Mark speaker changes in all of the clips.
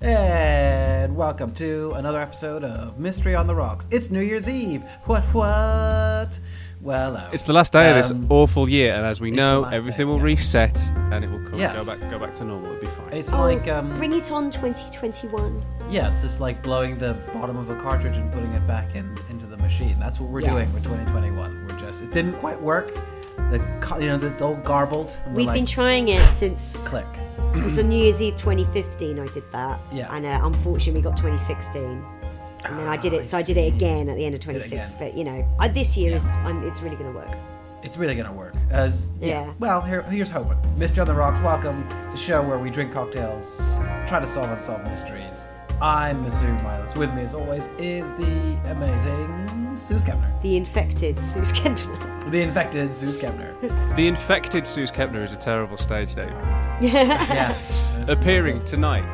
Speaker 1: And welcome to another episode of Mystery on the Rocks. It's New Year's Eve. What, what? Well, oh.
Speaker 2: It's the last day of
Speaker 1: Um,
Speaker 2: this awful year, and as we
Speaker 1: it's the
Speaker 2: know,
Speaker 1: last
Speaker 2: everything
Speaker 1: day,
Speaker 2: will
Speaker 1: yeah.
Speaker 2: reset and it will come,
Speaker 1: Yes.
Speaker 2: go back go back to normal. It'll be fine.
Speaker 1: It's like, um,
Speaker 3: Oh, Bring it on 2021.
Speaker 1: yes, it's like blowing the bottom of a cartridge and putting it back in into the machine. That's what we're doing
Speaker 3: Yes.
Speaker 1: for 2021. We're just, it didn't quite work. The, ca- you know, it's all garbled. We're
Speaker 3: We've
Speaker 1: like,
Speaker 3: been trying it since
Speaker 1: click.
Speaker 3: it was on New Year's Eve 2015. I did that,
Speaker 1: Yeah.
Speaker 3: and uh, unfortunately, we got 2016. And then I did it, so I did it again at the end of
Speaker 1: it
Speaker 3: 26.
Speaker 1: again.
Speaker 3: But you know, I, this year is I'm, it's really going to work.
Speaker 1: It's really gonna work. As yeah.
Speaker 3: Yeah.
Speaker 1: Well, here, here's hoping. Mystery on the Rocks. Welcome to the show where we drink cocktails, try to solve unsolved mysteries. I'm Masood Miles. With me, as always, is the amazing Suze Kepner,
Speaker 3: The infected Suze Kempner.
Speaker 1: the infected Suze Kepner.
Speaker 2: the infected Suze Kepner is a terrible stage name.
Speaker 1: yes.
Speaker 2: Appearing tonight.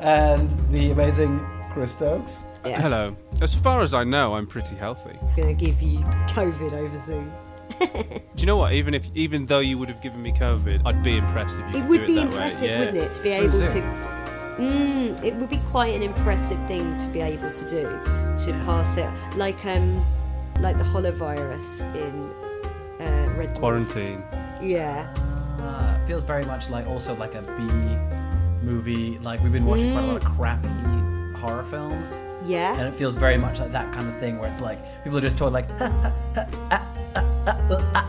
Speaker 1: And the amazing Chris Stokes.
Speaker 3: Yeah.
Speaker 2: Hello. As far as I know, I'm pretty healthy.
Speaker 3: going to give you COVID over Zoom.
Speaker 2: Do you know what? Even if even though you would have given me COVID, I'd be impressed if you.
Speaker 3: It
Speaker 2: could do
Speaker 3: would
Speaker 2: it
Speaker 3: be
Speaker 2: that
Speaker 3: impressive,
Speaker 2: way. Yeah.
Speaker 3: wouldn't it, to be able to? Mm, it would be quite an impressive thing to be able to do to pass it, like um, like the holovirus in uh, Red Dwarf.
Speaker 2: Quarantine.
Speaker 3: Yeah,
Speaker 1: Uh, feels very much like also like a B movie. Like we've been watching quite a lot of crappy horror films.
Speaker 3: Mm. yeah.
Speaker 1: and it feels very much like that kind of thing where it's like people are just told like ah,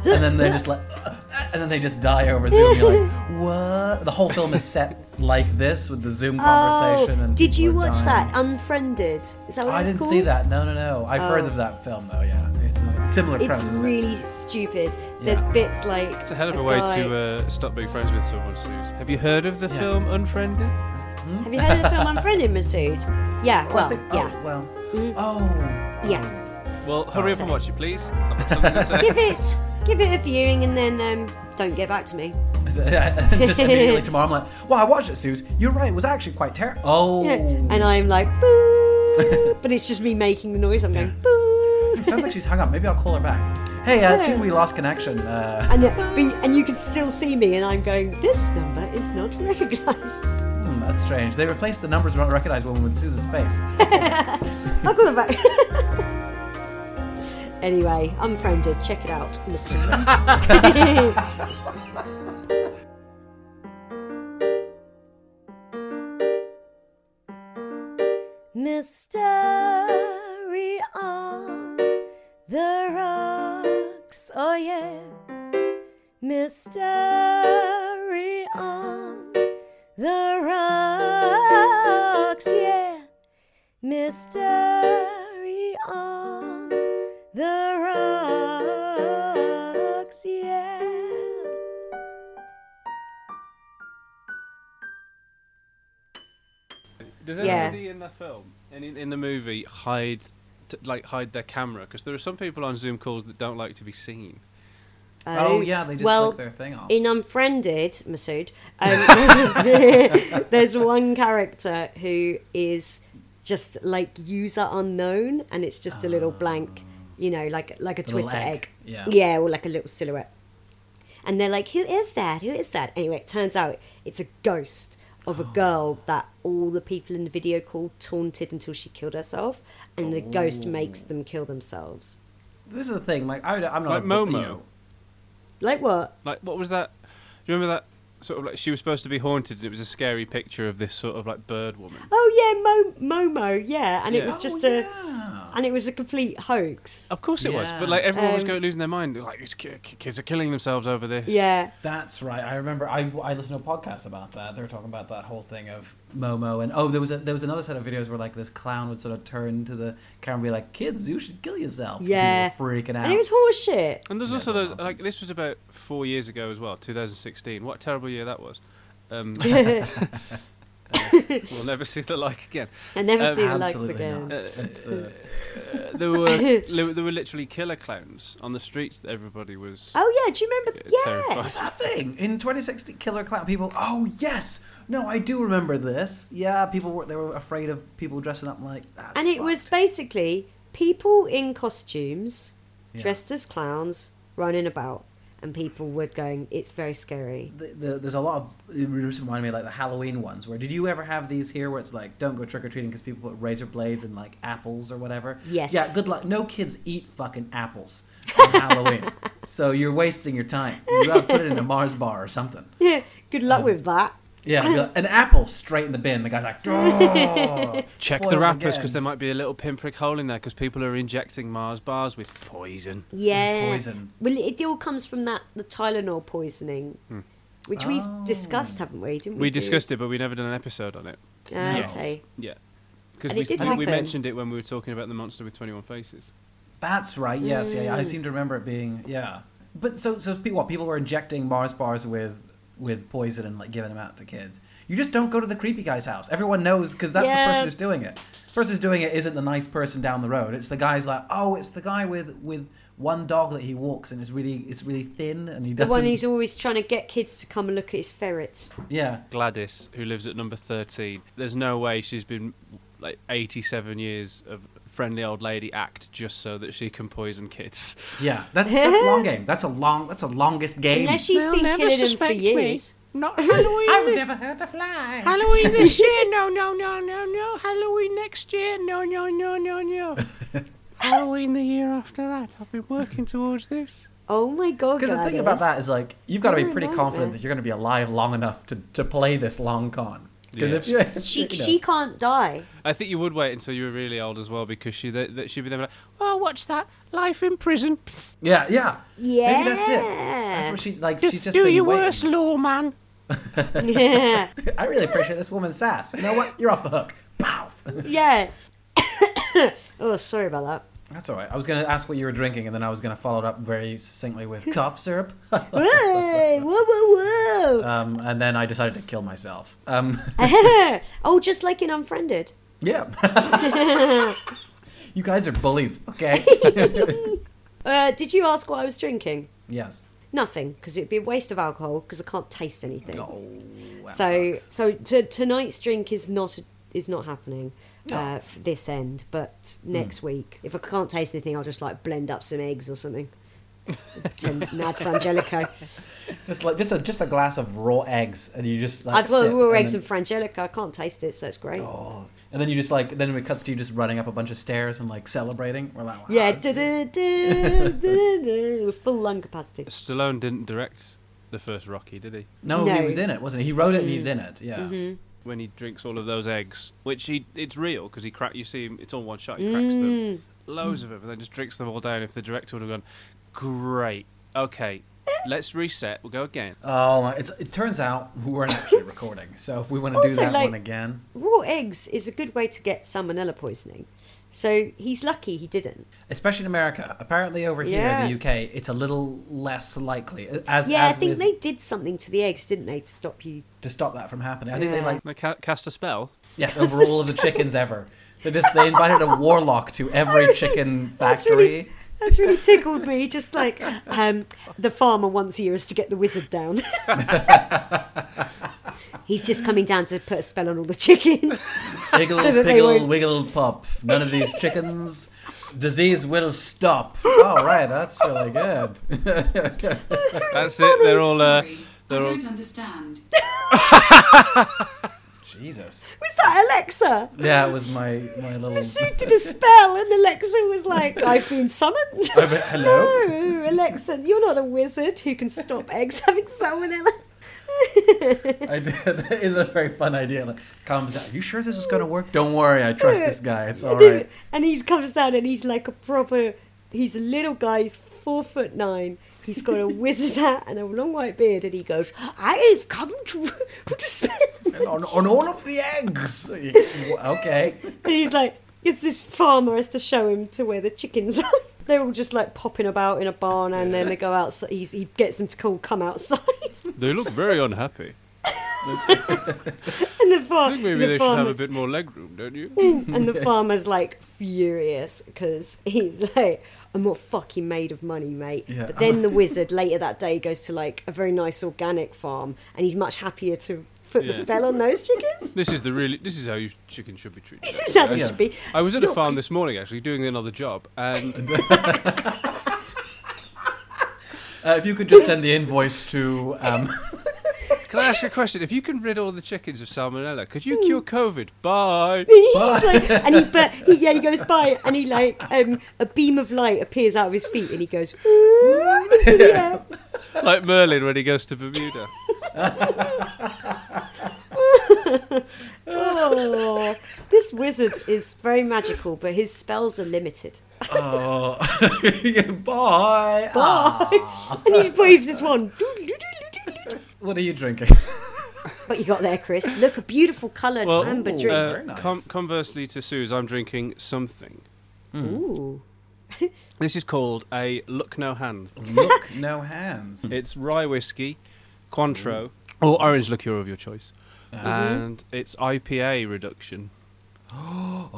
Speaker 1: and then they're just like and then they just die over zoom you're like what the whole film is set like this with the zoom conversation
Speaker 3: oh,
Speaker 1: and
Speaker 3: did you
Speaker 1: people are
Speaker 3: watch
Speaker 1: dying.
Speaker 3: that? Unfriended. Is that what
Speaker 1: i
Speaker 3: it's
Speaker 1: didn't
Speaker 3: called? Oh.
Speaker 1: see that no no no i've heard of that film though yeah it's a similar
Speaker 3: It's
Speaker 1: premise isn't it?
Speaker 3: really stupid. There's
Speaker 1: Yeah.
Speaker 3: bits like
Speaker 2: It's a hell of a, way
Speaker 3: guy-
Speaker 2: to uh, stop being friends with someone, Suze. Have you heard of the film Unfriended?
Speaker 3: Have you heard of the film Unfriended, Masood? Yeah.
Speaker 1: I
Speaker 3: Well,
Speaker 1: think- oh,
Speaker 3: yeah, Mm.
Speaker 1: well oh
Speaker 3: yeah.
Speaker 2: Well, hurry up
Speaker 3: sorry.
Speaker 2: and watch it, please. I've got something to say.
Speaker 3: give it give it a viewing and then um, don't get back to me
Speaker 1: just immediately tomorrow i'm like well i watched it Suze. you're right it was actually quite terrible oh
Speaker 3: and i'm like boo but it's just me making the noise i'm going boo
Speaker 1: sounds like she's hung up maybe i'll call her back hey uh, it seems we lost connection uh,
Speaker 3: and, it, but, you- and you can still see me and i'm going this number is not recognized
Speaker 1: Hmm, that's strange. They replaced the numbers we don't recognize woman with Susan's face.
Speaker 3: i'll call it back anyway unfriended check it out Mr. Mystery on the rocks, oh yeah. Mystery on the rocks, yeah. Mystery on the rocks, yeah.
Speaker 2: Does
Speaker 3: Yeah.
Speaker 2: anybody in the film and in, in the movie hide, t- like hide their camera? Because there are some people on Zoom calls that don't like to be seen.
Speaker 1: Oh, yeah, they just
Speaker 3: well,
Speaker 1: flick their thing off.
Speaker 3: In Unfriended, Masood, um, there's one character who is just like user unknown, and it's just a little blank, you know, like like a
Speaker 1: Oh. Little
Speaker 3: Twitter
Speaker 1: egg,
Speaker 3: egg,
Speaker 1: yeah.
Speaker 3: yeah, or like a little silhouette. And they're like, "Who is that? Who is that?" Anyway, it turns out it's a ghost of a girl that all the people in the video call taunted until she killed herself, and the
Speaker 1: Oh.
Speaker 3: ghost makes them kill themselves.
Speaker 1: This is the thing. Like I, I'm not
Speaker 2: Like
Speaker 1: a book-
Speaker 2: Momo.
Speaker 1: You know,
Speaker 3: Like what?
Speaker 2: Like, what was that? Do you remember that? Sort of like she was supposed to be haunted, and it was a scary picture of this sort of like bird woman.
Speaker 3: Oh yeah, Mo- Momo, yeah, and it
Speaker 2: Yeah.
Speaker 3: was
Speaker 2: Oh,
Speaker 3: just a, and it was a complete hoax.
Speaker 2: Of course it was,
Speaker 1: Yeah.
Speaker 2: but like everyone was
Speaker 3: Um,
Speaker 2: going losing their mind. Like it's, ki- ki- kids are killing themselves over this.
Speaker 3: Yeah,
Speaker 1: that's right. I remember. I, I listened to a podcast about that. They were talking about that whole thing of Momo and oh, there was a, there was another set of videos where like this clown would sort of turn to the camera and be like, "Kids, you should kill yourself." And people
Speaker 3: yeah,
Speaker 1: were freaking out.
Speaker 3: and it was horseshit.
Speaker 2: And there's
Speaker 1: Yeah,
Speaker 2: also
Speaker 1: that
Speaker 2: those like
Speaker 1: nonsense.
Speaker 2: this was about four years ago as well, 2016. What a terrible year that was. Um, we'll never see the like again.
Speaker 3: I never
Speaker 2: Um,
Speaker 3: see the likes
Speaker 1: absolutely
Speaker 3: again.
Speaker 1: not.
Speaker 2: Uh,
Speaker 1: It's, uh,
Speaker 2: there were li- there were literally killer clowns on the streets that everybody was.
Speaker 3: Oh yeah, do you remember?
Speaker 2: It's
Speaker 3: Yeah,
Speaker 2: terrifying.
Speaker 1: What's that thing in 2016? Killer clown people. Oh yes, no, I do remember this. Yeah, people were they were afraid of people dressing up like that.
Speaker 3: and it was basically people in costumes,
Speaker 1: Yeah.
Speaker 3: dressed as clowns, running about, and people were going, "It's very scary."
Speaker 1: The, the, there's a lot of it just reminded me of, like the Halloween ones. Where did you ever have these here? Where it's like don't go trick or treating because people put razor blades and like apples or whatever.
Speaker 3: Yes.
Speaker 1: Yeah. Good luck. No kids eat fucking apples on Halloween, so you're wasting your time. You gotta put it in a Mars bar or something.
Speaker 3: Yeah, good luck with that.
Speaker 1: Yeah. be like, an apple straight in the bin. The guy's like, "Oh."
Speaker 2: Check
Speaker 1: Foiled
Speaker 2: the wrappers
Speaker 1: again.
Speaker 2: because there might be a little pinprick hole in there because people are injecting Mars bars with poison.
Speaker 3: Yeah,
Speaker 1: poison.
Speaker 3: Well, it all comes from that the Tylenol poisoning, which we've
Speaker 2: Oh.
Speaker 3: discussed, haven't we? Didn't we?
Speaker 2: Hmm. We
Speaker 3: do?
Speaker 2: discussed it, but we never done an episode on it.
Speaker 3: Ah,
Speaker 1: Yes.
Speaker 3: Okay.
Speaker 2: Yeah. Because
Speaker 3: And
Speaker 2: we,
Speaker 3: it did
Speaker 2: I think we
Speaker 3: happen.
Speaker 2: mentioned it when we were talking about the monster with 21 faces.
Speaker 1: That's right. Yes. Yeah,
Speaker 3: Mm.
Speaker 1: yeah. I seem to remember it being yeah. But so so pe- what people were injecting Mars bars with with poison and like giving them out to kids. You just don't go to the creepy guy's house. Everyone knows because that's the
Speaker 3: Yeah.
Speaker 1: person who's doing it. The person who's doing it isn't the nice person down the road. It's the guy's like, oh, it's the guy with with one dog that he walks and is really it's really thin and he
Speaker 3: The
Speaker 1: doesn't.
Speaker 3: one who's always trying to get kids to come and look at his ferrets.
Speaker 1: yeah.
Speaker 2: Gladys, who lives at number 13, there's no way she's been like 87 years of friendly old lady act just so that she can poison kids.
Speaker 1: Yeah, that's that's long game. That's a long. That's a longest game.
Speaker 3: Unless she's been killing him for years.
Speaker 4: Not Halloween.
Speaker 1: I've never heard to fly.
Speaker 4: Halloween this year. No, no, no, no, no. Halloween next year. No, no, no, no, no. Halloween the year after that. I've been working towards this.
Speaker 3: Oh my god!
Speaker 1: Because the thing
Speaker 3: Gladys.
Speaker 1: about that is like you've got to be
Speaker 3: You're a
Speaker 1: pretty
Speaker 3: nightmare.
Speaker 1: confident that you're going to be alive long enough to, to play this long con. Because if you,
Speaker 3: she
Speaker 1: you know.
Speaker 3: she can't die.
Speaker 2: I think you would wait until you were really old as well because she that, that she'd be there like,
Speaker 4: Oh, what's that? Life in prison. Pff,
Speaker 1: yeah, yeah,
Speaker 3: Yeah.
Speaker 1: maybe that's it. That's what she like.
Speaker 4: do
Speaker 1: She's just
Speaker 4: do
Speaker 1: been
Speaker 4: your
Speaker 1: waiting.
Speaker 4: worst, lawman.
Speaker 3: Yeah.
Speaker 1: I really appreciate this woman's sass. You know what? You're off the hook. Pow.
Speaker 3: yeah. oh, sorry about that.
Speaker 1: That's all right. I was going to ask what you were drinking, and then I was going to follow it up very succinctly with cough syrup.
Speaker 3: Hey, whoa, whoa, whoa!
Speaker 1: um, and then I decided to kill myself. Um,
Speaker 3: oh, just like in Unfriended.
Speaker 1: yeah. you guys are bullies. Okay.
Speaker 3: Uh, did you ask what I was drinking?
Speaker 1: yes.
Speaker 3: Nothing, because it'd be a waste of alcohol, because I can't taste anything.
Speaker 1: Oh. that
Speaker 3: so,
Speaker 1: sucks.
Speaker 3: so t- tonight's drink is not is not happening. Uh, f- this end, but next
Speaker 1: Mm.
Speaker 3: week, if I can't taste anything, I'll just like blend up some eggs or something. Pretend Mad Frangelico.
Speaker 1: Just like just a just a glass of raw eggs, and you just like
Speaker 3: I've got
Speaker 1: sip,
Speaker 3: raw
Speaker 1: and
Speaker 3: eggs
Speaker 1: then,
Speaker 3: and Frangelico. I can't taste it, so it's great.
Speaker 1: oh, and then you just like then it cuts to you just running up a bunch of stairs and like celebrating. We're like, wow,
Speaker 3: Yeah,
Speaker 1: this is-
Speaker 3: du-du-du, du-du-du, full lung capacity.
Speaker 2: Stallone didn't direct the first Rocky, did he?
Speaker 1: no,
Speaker 3: No. Mm-hmm.
Speaker 1: he was in it, wasn't he? He wrote it, and he's in it. Yeah,
Speaker 2: When he drinks all of those eggs, which he it's real because he crack you see him, it's all one shot. He cracks
Speaker 3: Mm.
Speaker 2: them, loads of them, and then just drinks them all down. If the director would have gone, great, okay, let's reset, we'll go again.
Speaker 1: oh, my- it's, it turns out we weren't actually recording, so if we want to do
Speaker 3: Also,
Speaker 1: that
Speaker 3: like-
Speaker 1: one again,
Speaker 3: Raw eggs is a good way to get salmonella poisoning. So he's lucky he didn't.
Speaker 1: especially in America, apparently over
Speaker 3: Yeah.
Speaker 1: here in the UK, it's a little less likely. As
Speaker 3: Yeah,
Speaker 1: as
Speaker 3: I think
Speaker 1: with-
Speaker 3: they did something to the eggs, didn't they, to stop you?
Speaker 1: to stop that from happening. I think they
Speaker 3: Yeah.
Speaker 1: like
Speaker 2: They ca- cast a spell.
Speaker 1: yes over all of the chickens ever. They just they invited a warlock to every chicken
Speaker 3: That's
Speaker 1: factory.
Speaker 3: really, that's really tickled me. Just like um, the farmer once a year is to get the wizard down. he's just coming down to put a spell on all the chickens.
Speaker 1: Wiggle,
Speaker 3: So that they
Speaker 1: piggle,
Speaker 3: won't-
Speaker 1: wiggle, pop. None of these chickens. Disease will stop. All right, that's really good.
Speaker 2: That's it. They're all. Uh,
Speaker 5: Sorry, I
Speaker 2: they're all.
Speaker 5: don't understand.
Speaker 1: Jesus.
Speaker 3: Was that Alexa?
Speaker 1: Yeah, it was my my little.
Speaker 3: Masood did a spell, and Alexa was like, "I've been summoned."
Speaker 1: Oh, but hello?
Speaker 3: No, Alexa, you're not a wizard who can stop eggs having salmonella.
Speaker 1: I did. That is a very fun idea. Like, comes out. You sure this is gonna work? Don't worry, I trust this guy. It's all right.
Speaker 3: And he comes down and he's like a proper, he's a little guy, he's four foot nine. He's got a wizard's hat and a long white beard, and he goes, I've come to put a spell.
Speaker 1: And on, on all of the eggs. Okay.
Speaker 3: And he's like, it's this farmer has to show him to where the chickens are. They're all just like popping about in a barn, and then they go outside. He's, he gets them to call, come outside.
Speaker 2: They look very unhappy.
Speaker 3: And the farm.
Speaker 2: I think maybe
Speaker 3: the
Speaker 2: they should have a
Speaker 3: farmer's-
Speaker 2: bit more leg room, don't you?
Speaker 3: and the farmer's like furious because he's like, I'm not fucking made of money, mate.
Speaker 1: Yeah.
Speaker 3: But then the wizard later that day goes to like a very nice organic farm and he's much happier to put the
Speaker 2: Yeah.
Speaker 3: spell on those chickens.
Speaker 2: This is the really. This is how you chickens should be treated.
Speaker 3: This is how they
Speaker 1: Yeah.
Speaker 3: should be.
Speaker 2: I was at a
Speaker 3: Look,
Speaker 2: farm this morning actually doing another job, and
Speaker 1: Uh, if you could just send the invoice to um,
Speaker 2: can I ask you a question? If you can rid all the chickens of salmonella, could
Speaker 3: Hmm.
Speaker 2: you cure COVID? Bye.
Speaker 3: He's like, and he, but he, yeah, he goes by, and he like um, a beam of light appears out of his feet, and he goes "Ooh," into the air.
Speaker 2: Like Merlin when he goes to Bermuda.
Speaker 3: Oh, this wizard is very magical, but his spells are limited.
Speaker 1: oh, bye. Ah,
Speaker 3: And he waves his wand.
Speaker 1: What are you drinking?
Speaker 3: What you got there, Chris? Look, a beautiful coloured
Speaker 2: Well,
Speaker 3: amber
Speaker 1: Ooh.
Speaker 3: drink.
Speaker 2: uh,
Speaker 1: Very nice.
Speaker 2: com- conversely to Sue's, I'm drinking something.
Speaker 3: Ooh.
Speaker 2: This is called a Look No Hand.
Speaker 1: Look, no hands.
Speaker 2: It's rye whiskey, Cointreau, or orange liqueur of your choice,
Speaker 1: Uh-huh. Mm-hmm.
Speaker 2: and it's IPA reduction.
Speaker 1: Oh,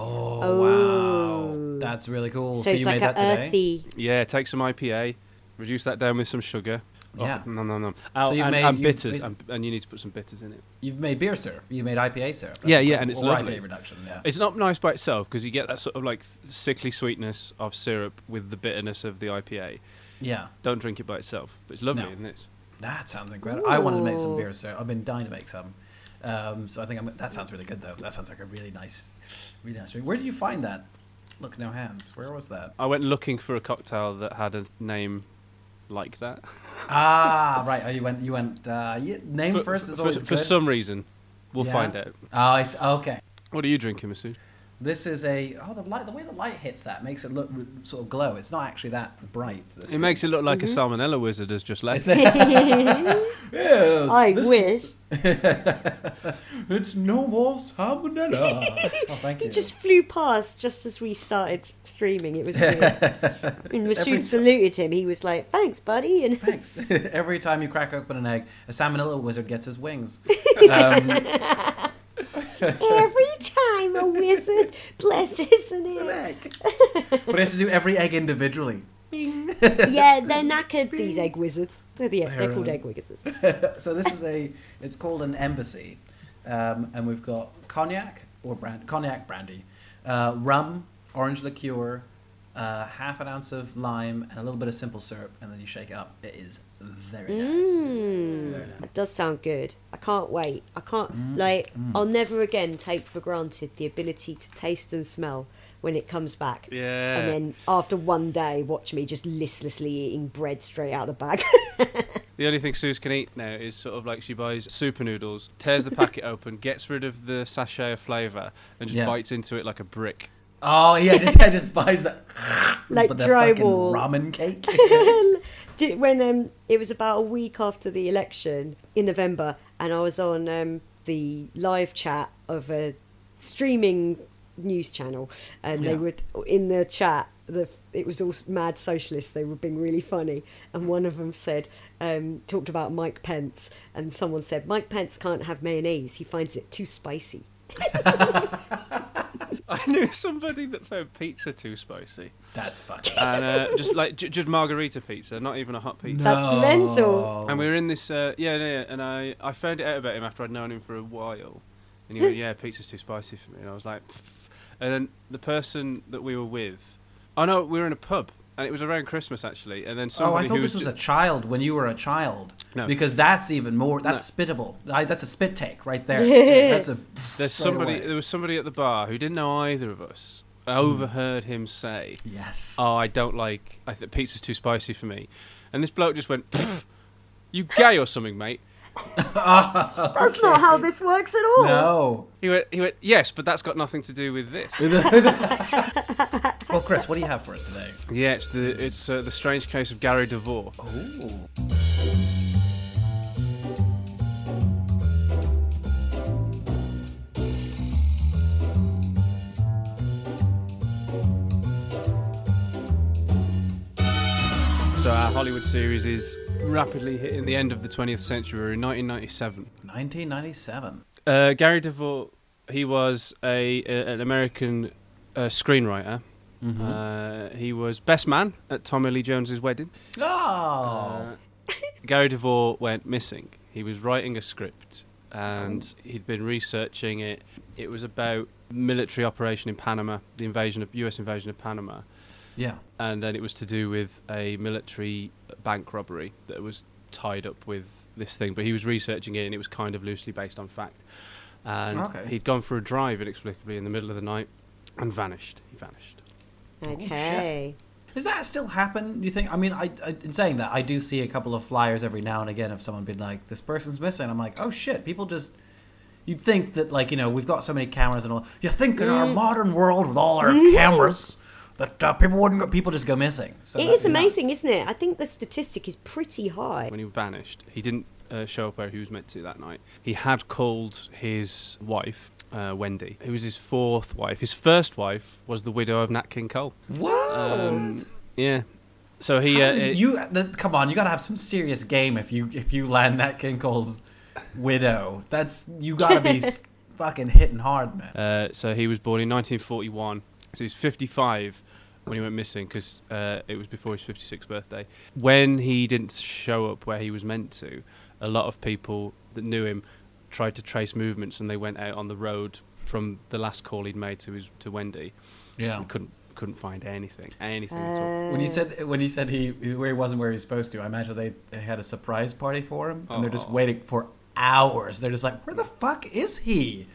Speaker 1: wow, that's really cool.
Speaker 3: So it's
Speaker 1: you
Speaker 3: like
Speaker 1: made
Speaker 3: an
Speaker 1: that today.
Speaker 3: earthy.
Speaker 2: Yeah, take some IPA, reduce that down with some sugar.
Speaker 1: Yeah.
Speaker 2: no, no, no. Oh,
Speaker 1: you've
Speaker 2: and,
Speaker 1: made-
Speaker 2: and
Speaker 1: you've
Speaker 2: bitters,
Speaker 1: made-
Speaker 2: and, and you need to put some bitters in it.
Speaker 1: You've made beer syrup. You made IPA syrup. That's
Speaker 2: Yeah,
Speaker 1: incredible.
Speaker 2: yeah, and it's
Speaker 1: Or
Speaker 2: lovely.
Speaker 1: IPA reduction. Yeah.
Speaker 2: It's not nice by itself because you get that sort of like th- sickly sweetness of syrup with the bitterness of the IPA.
Speaker 1: yeah,
Speaker 2: Don't drink it by itself, but it's lovely
Speaker 1: No.
Speaker 2: in this.
Speaker 1: that sounds incredible. I wanted to make some
Speaker 3: Ooh.
Speaker 1: beer syrup. I've been dying to make some. Um, so I think I'm, that sounds really good, though. That sounds like a really nice, really nice drink. Where did you find that? Look, no hands. Where was that?
Speaker 2: I went looking for a cocktail that had a name like that.
Speaker 1: Ah, right. Oh, you went. You went. Uh, you, name
Speaker 2: For-
Speaker 1: first is
Speaker 2: for,
Speaker 1: always
Speaker 2: for
Speaker 1: good.
Speaker 2: some reason, we'll
Speaker 1: Yeah.
Speaker 2: find out.
Speaker 1: Oh, it's okay.
Speaker 2: What are you drinking, Masood?
Speaker 1: This is a oh the light the way the light hits that makes it look r- sort of glow. It's not actually that bright. This
Speaker 2: It makes it look like a salmonella wizard has just left.
Speaker 1: Mm-hmm. It's a, Yes,
Speaker 3: I
Speaker 1: this-
Speaker 3: wish.
Speaker 1: It's no more salmonella. oh, thank
Speaker 3: He
Speaker 1: you.
Speaker 3: just flew past just as we started streaming. It was weird. and Masood saluted him. He was like, "Thanks, buddy." And
Speaker 1: Every time you crack open an egg, a salmonella wizard gets his wings.
Speaker 3: every time a wizard blesses an egg,
Speaker 1: But he has to do every egg individually.
Speaker 3: yeah, they're knackered. These egg wizards. They're the egg, they're
Speaker 1: They're,
Speaker 3: called
Speaker 1: um,
Speaker 3: egg wizards.
Speaker 1: So this is a it's called an embassy, um, and we've got cognac or brand cognac brandy, uh, rum, orange liqueur, uh, half an ounce of lime, and a little bit of simple syrup, and then you shake it up. It is very nice. It's very nice.
Speaker 3: That does sound good. I can't wait. I can't like. I'll never again take for granted the ability to taste and smell when it comes back.
Speaker 2: Yeah.
Speaker 3: And then after one day, watch me just listlessly eating bread straight out of the bag.
Speaker 2: The only thing Suze can eat now is sort of like she buys super noodles, tears the packet open, gets rid of the sachet of flavour, and just
Speaker 1: Yeah.
Speaker 2: bites into it like a brick.
Speaker 1: Oh yeah, just yeah, just buys that
Speaker 3: Like
Speaker 1: but the
Speaker 3: dry
Speaker 1: fucking
Speaker 3: wall.
Speaker 1: ramen cake.
Speaker 3: Did- when um, it was about a week after the election in November, and I was on um, the live chat of a streaming news channel, and they
Speaker 1: Yeah.
Speaker 3: would in the chat. The, it was all mad socialists. They were being really funny, and one of them said, um, talked about Mike Pence, and someone said Mike Pence can't have mayonnaise. He finds it too spicy.
Speaker 2: I knew somebody that found pizza too spicy,
Speaker 1: That's fucking.
Speaker 2: and uh, just like j- just margarita pizza, not even a hot pizza.
Speaker 3: That's mental.
Speaker 2: And we
Speaker 1: Oh.
Speaker 2: were in this, uh, yeah, yeah, yeah, and I, I found out about him after I'd known him for a while. And he went, yeah, pizza's too spicy for me. And I was like, "Pff." and then the person that we were with, oh no, we were in a pub. And it was around Christmas, actually. And then
Speaker 1: Oh,
Speaker 2: somebody
Speaker 1: I thought
Speaker 2: who
Speaker 1: this was
Speaker 2: ju-
Speaker 1: a child when you were a child.
Speaker 2: No.
Speaker 1: Because that's even more. That's spittable. I, that's a spit take right there. that's a. straight
Speaker 2: There's somebody.
Speaker 1: away. Hmm.
Speaker 2: There was somebody at the bar who didn't know either of us. I overheard him say,
Speaker 1: Yes.
Speaker 2: "Oh, I don't like. I think pizza's too spicy for me." And this bloke just went, "Pff, "You gay or something, mate?"
Speaker 3: That's not how this works at all.
Speaker 1: No.
Speaker 2: He went. He went. Yes, but that's got nothing to do with this.
Speaker 1: Well, Chris, what do you have for us today?
Speaker 2: yeah, it's the it's uh, the strange case of Gary DeVore. So our Hollywood series is rapidly hitting the end of the 20th century. We're in 1997.
Speaker 1: 1997.
Speaker 2: Uh, Gary DeVore, he was a, a an American uh, screenwriter. Uh, he was best man at Tommy Lee Jones's wedding.
Speaker 1: Oh,
Speaker 2: Gary DeVore went missing. He was writing a script and he'd been researching it. It was about military operation in Panama, the invasion of US invasion of Panama,
Speaker 1: yeah.
Speaker 2: and then it was to do with a military bank robbery that was tied up with this thing, but he was researching it and it was kind of loosely based on fact. And
Speaker 1: Okay.
Speaker 2: he'd gone for a drive inexplicably in the middle of the night and vanished. He vanished.
Speaker 3: Okay.
Speaker 1: Does that still happen? Do you think? I mean, I, I in saying that, I do see a couple of flyers every now and again of someone being like, "This person's missing." I'm like, "Oh shit!" People just. You'd think that, like, you know, we've got so many cameras and all. You think in our
Speaker 3: Mm.
Speaker 1: modern world with all our cameras that uh, people wouldn't go, people just go missing. So
Speaker 3: it
Speaker 1: that's
Speaker 3: is amazing,
Speaker 1: nuts.
Speaker 3: isn't it? I think the statistic is pretty high.
Speaker 2: When he vanished, he didn't uh, show up where he was meant to that night. He had called his wife, uh, Wendy, who was his fourth wife. His first wife was the widow of Nat King Cole.
Speaker 1: Wow.
Speaker 2: Um, yeah. So he. Uh, it-
Speaker 1: you the, come on, you gotta have some serious game if you if you land that King Cole's widow. That's you gotta be s- fucking hitting hard, man.
Speaker 2: uh, so he was born in 1941. So he was 55 when he went missing because uh, it was before his 56th birthday. When he didn't show up where he was meant to, a lot of people that knew him tried to trace movements and they went out on the road from the last call he'd made to his to Wendy.
Speaker 1: Yeah.
Speaker 2: and couldn't couldn't find anything, anything at
Speaker 3: Uh.
Speaker 2: all.
Speaker 1: When he said when he said he where he wasn't where he was supposed to, I imagine they, they had a surprise party for him, and they're just
Speaker 2: Aw.
Speaker 1: waiting for hours. They're just like, where the fuck is he?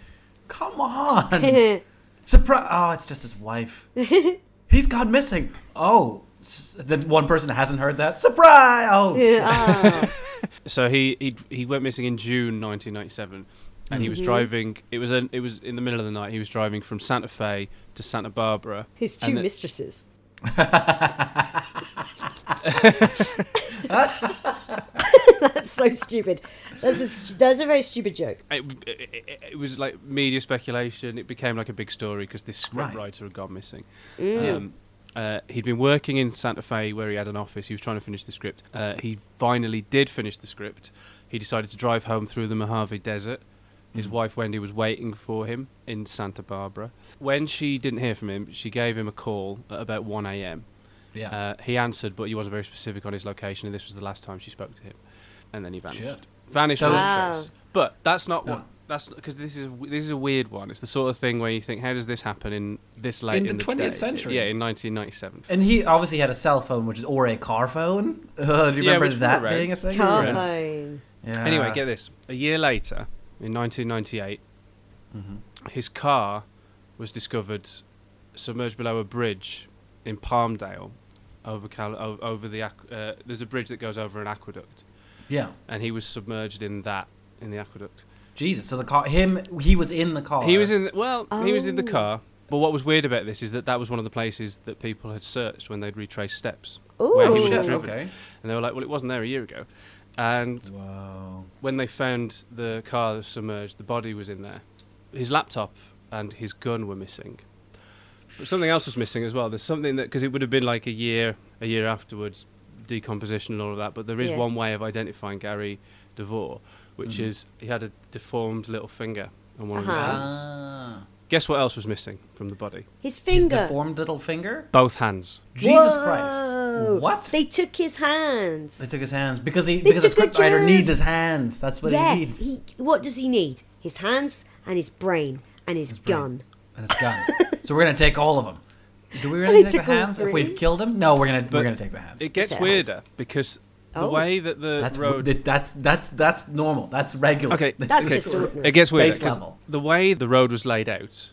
Speaker 1: Come on,
Speaker 3: That's
Speaker 1: surprise! Oh, it's just his wife. He's gone missing. Oh, s- then one person hasn't heard that. Surprise! Oh, shit.
Speaker 3: Ah,
Speaker 2: So he he he went missing in June 1997, and he was
Speaker 3: Mm-hmm.
Speaker 2: driving. It was an, it was in the middle of the night. He was driving from Santa Fe to Santa Barbara. and
Speaker 3: His two
Speaker 2: the-
Speaker 3: mistresses. That's so stupid. That's a, stu- that's a very stupid joke.
Speaker 2: It, it, it- it was like media speculation. It became like a big story because this
Speaker 1: Right. Mm.
Speaker 2: scriptwriter had gone missing. Um, uh, he'd been working in Santa Fe where he had an office. He was trying to finish the script. Uh, he finally did finish the script. He decided to drive home through the Mojave Desert. His
Speaker 1: Mm.
Speaker 2: wife Wendy was waiting for him in Santa Barbara. When she didn't hear from him, she gave him a call at about 1 a.m.
Speaker 1: yeah.
Speaker 2: Uh, he answered, but he wasn't very specific on his location, and this was the last time she spoke to him. And then he vanished.
Speaker 1: Shit.
Speaker 2: Vanished
Speaker 1: So-
Speaker 2: without
Speaker 3: Wow.
Speaker 2: trace. But that's not
Speaker 1: No.
Speaker 2: what. That's because this is a w- this is a weird one. It's the sort of thing where you think, how does this happen in this late
Speaker 1: In
Speaker 2: in,
Speaker 1: the 20th
Speaker 2: day?
Speaker 1: century. Eh.
Speaker 2: Yeah, in 1997.
Speaker 1: And he obviously had a cell phone, which is or a car phone. Uh, do you
Speaker 2: Yeah,
Speaker 1: remember
Speaker 2: which we
Speaker 1: that
Speaker 2: were
Speaker 1: being a
Speaker 2: around.
Speaker 1: thing?
Speaker 3: Car
Speaker 1: Yeah.
Speaker 3: phone.
Speaker 1: Yeah.
Speaker 2: Anyway, get this. A year later, in 1998,
Speaker 1: Mm-hmm.
Speaker 2: his car was discovered submerged below a bridge in Palmdale, over Cal- o- over the aqu- uh, there's a bridge that goes over an aqueduct.
Speaker 1: Yeah.
Speaker 2: and he was submerged in that in the aqueduct.
Speaker 1: Jesus. So the car, him, he was in the car.
Speaker 2: He was in the, well, he was in
Speaker 3: Oh.
Speaker 2: the car. But what was weird about this is that that was one of the places that people had searched when they'd retraced steps where he
Speaker 3: Ooh.
Speaker 2: would
Speaker 1: Shit,
Speaker 2: have driven,
Speaker 1: okay.
Speaker 2: and they were like, "Well, it wasn't there a year ago." And
Speaker 1: Wow.
Speaker 2: when they found the car that was submerged, the body was in there. His laptop and his gun were missing. But something else was missing as well. There's something that because it would have been like a year, a year afterwards, decomposition and all of that. But there is
Speaker 3: Yeah.
Speaker 2: one way of identifying Gary DeVore, which is he had a deformed little finger on one of his
Speaker 3: Uh-huh.
Speaker 2: hands.
Speaker 1: Ah.
Speaker 2: Guess what else was missing from the body?
Speaker 3: His
Speaker 1: His
Speaker 3: finger.
Speaker 1: deformed little finger.
Speaker 2: Both hands.
Speaker 1: Jesus
Speaker 3: Whoa.
Speaker 1: Christ! What?
Speaker 3: They took his hands.
Speaker 1: They took his hands because he because a
Speaker 3: took the
Speaker 1: scriptwriter
Speaker 3: germs.
Speaker 1: needs his hands. That's what
Speaker 3: yeah.
Speaker 1: he needs.
Speaker 3: He, what does he need? His hands and his brain and his, gun.
Speaker 1: And it's gone. so we're gonna take all of them. Do we
Speaker 3: They
Speaker 1: really take the
Speaker 3: took all
Speaker 1: hands if
Speaker 3: three.
Speaker 1: we've killed him? No, we're gonna we're
Speaker 2: But
Speaker 1: gonna take the hands.
Speaker 2: It gets
Speaker 3: Okay.
Speaker 2: weirder because the
Speaker 3: Oh.
Speaker 2: way that the
Speaker 1: that's
Speaker 2: road
Speaker 1: th- that's that's that's normal. That's regular.
Speaker 2: Okay,
Speaker 3: That's
Speaker 2: okay.
Speaker 3: just ordinary.
Speaker 2: It gets weird.
Speaker 1: Base level. Mm-hmm.
Speaker 2: The way the road was laid out,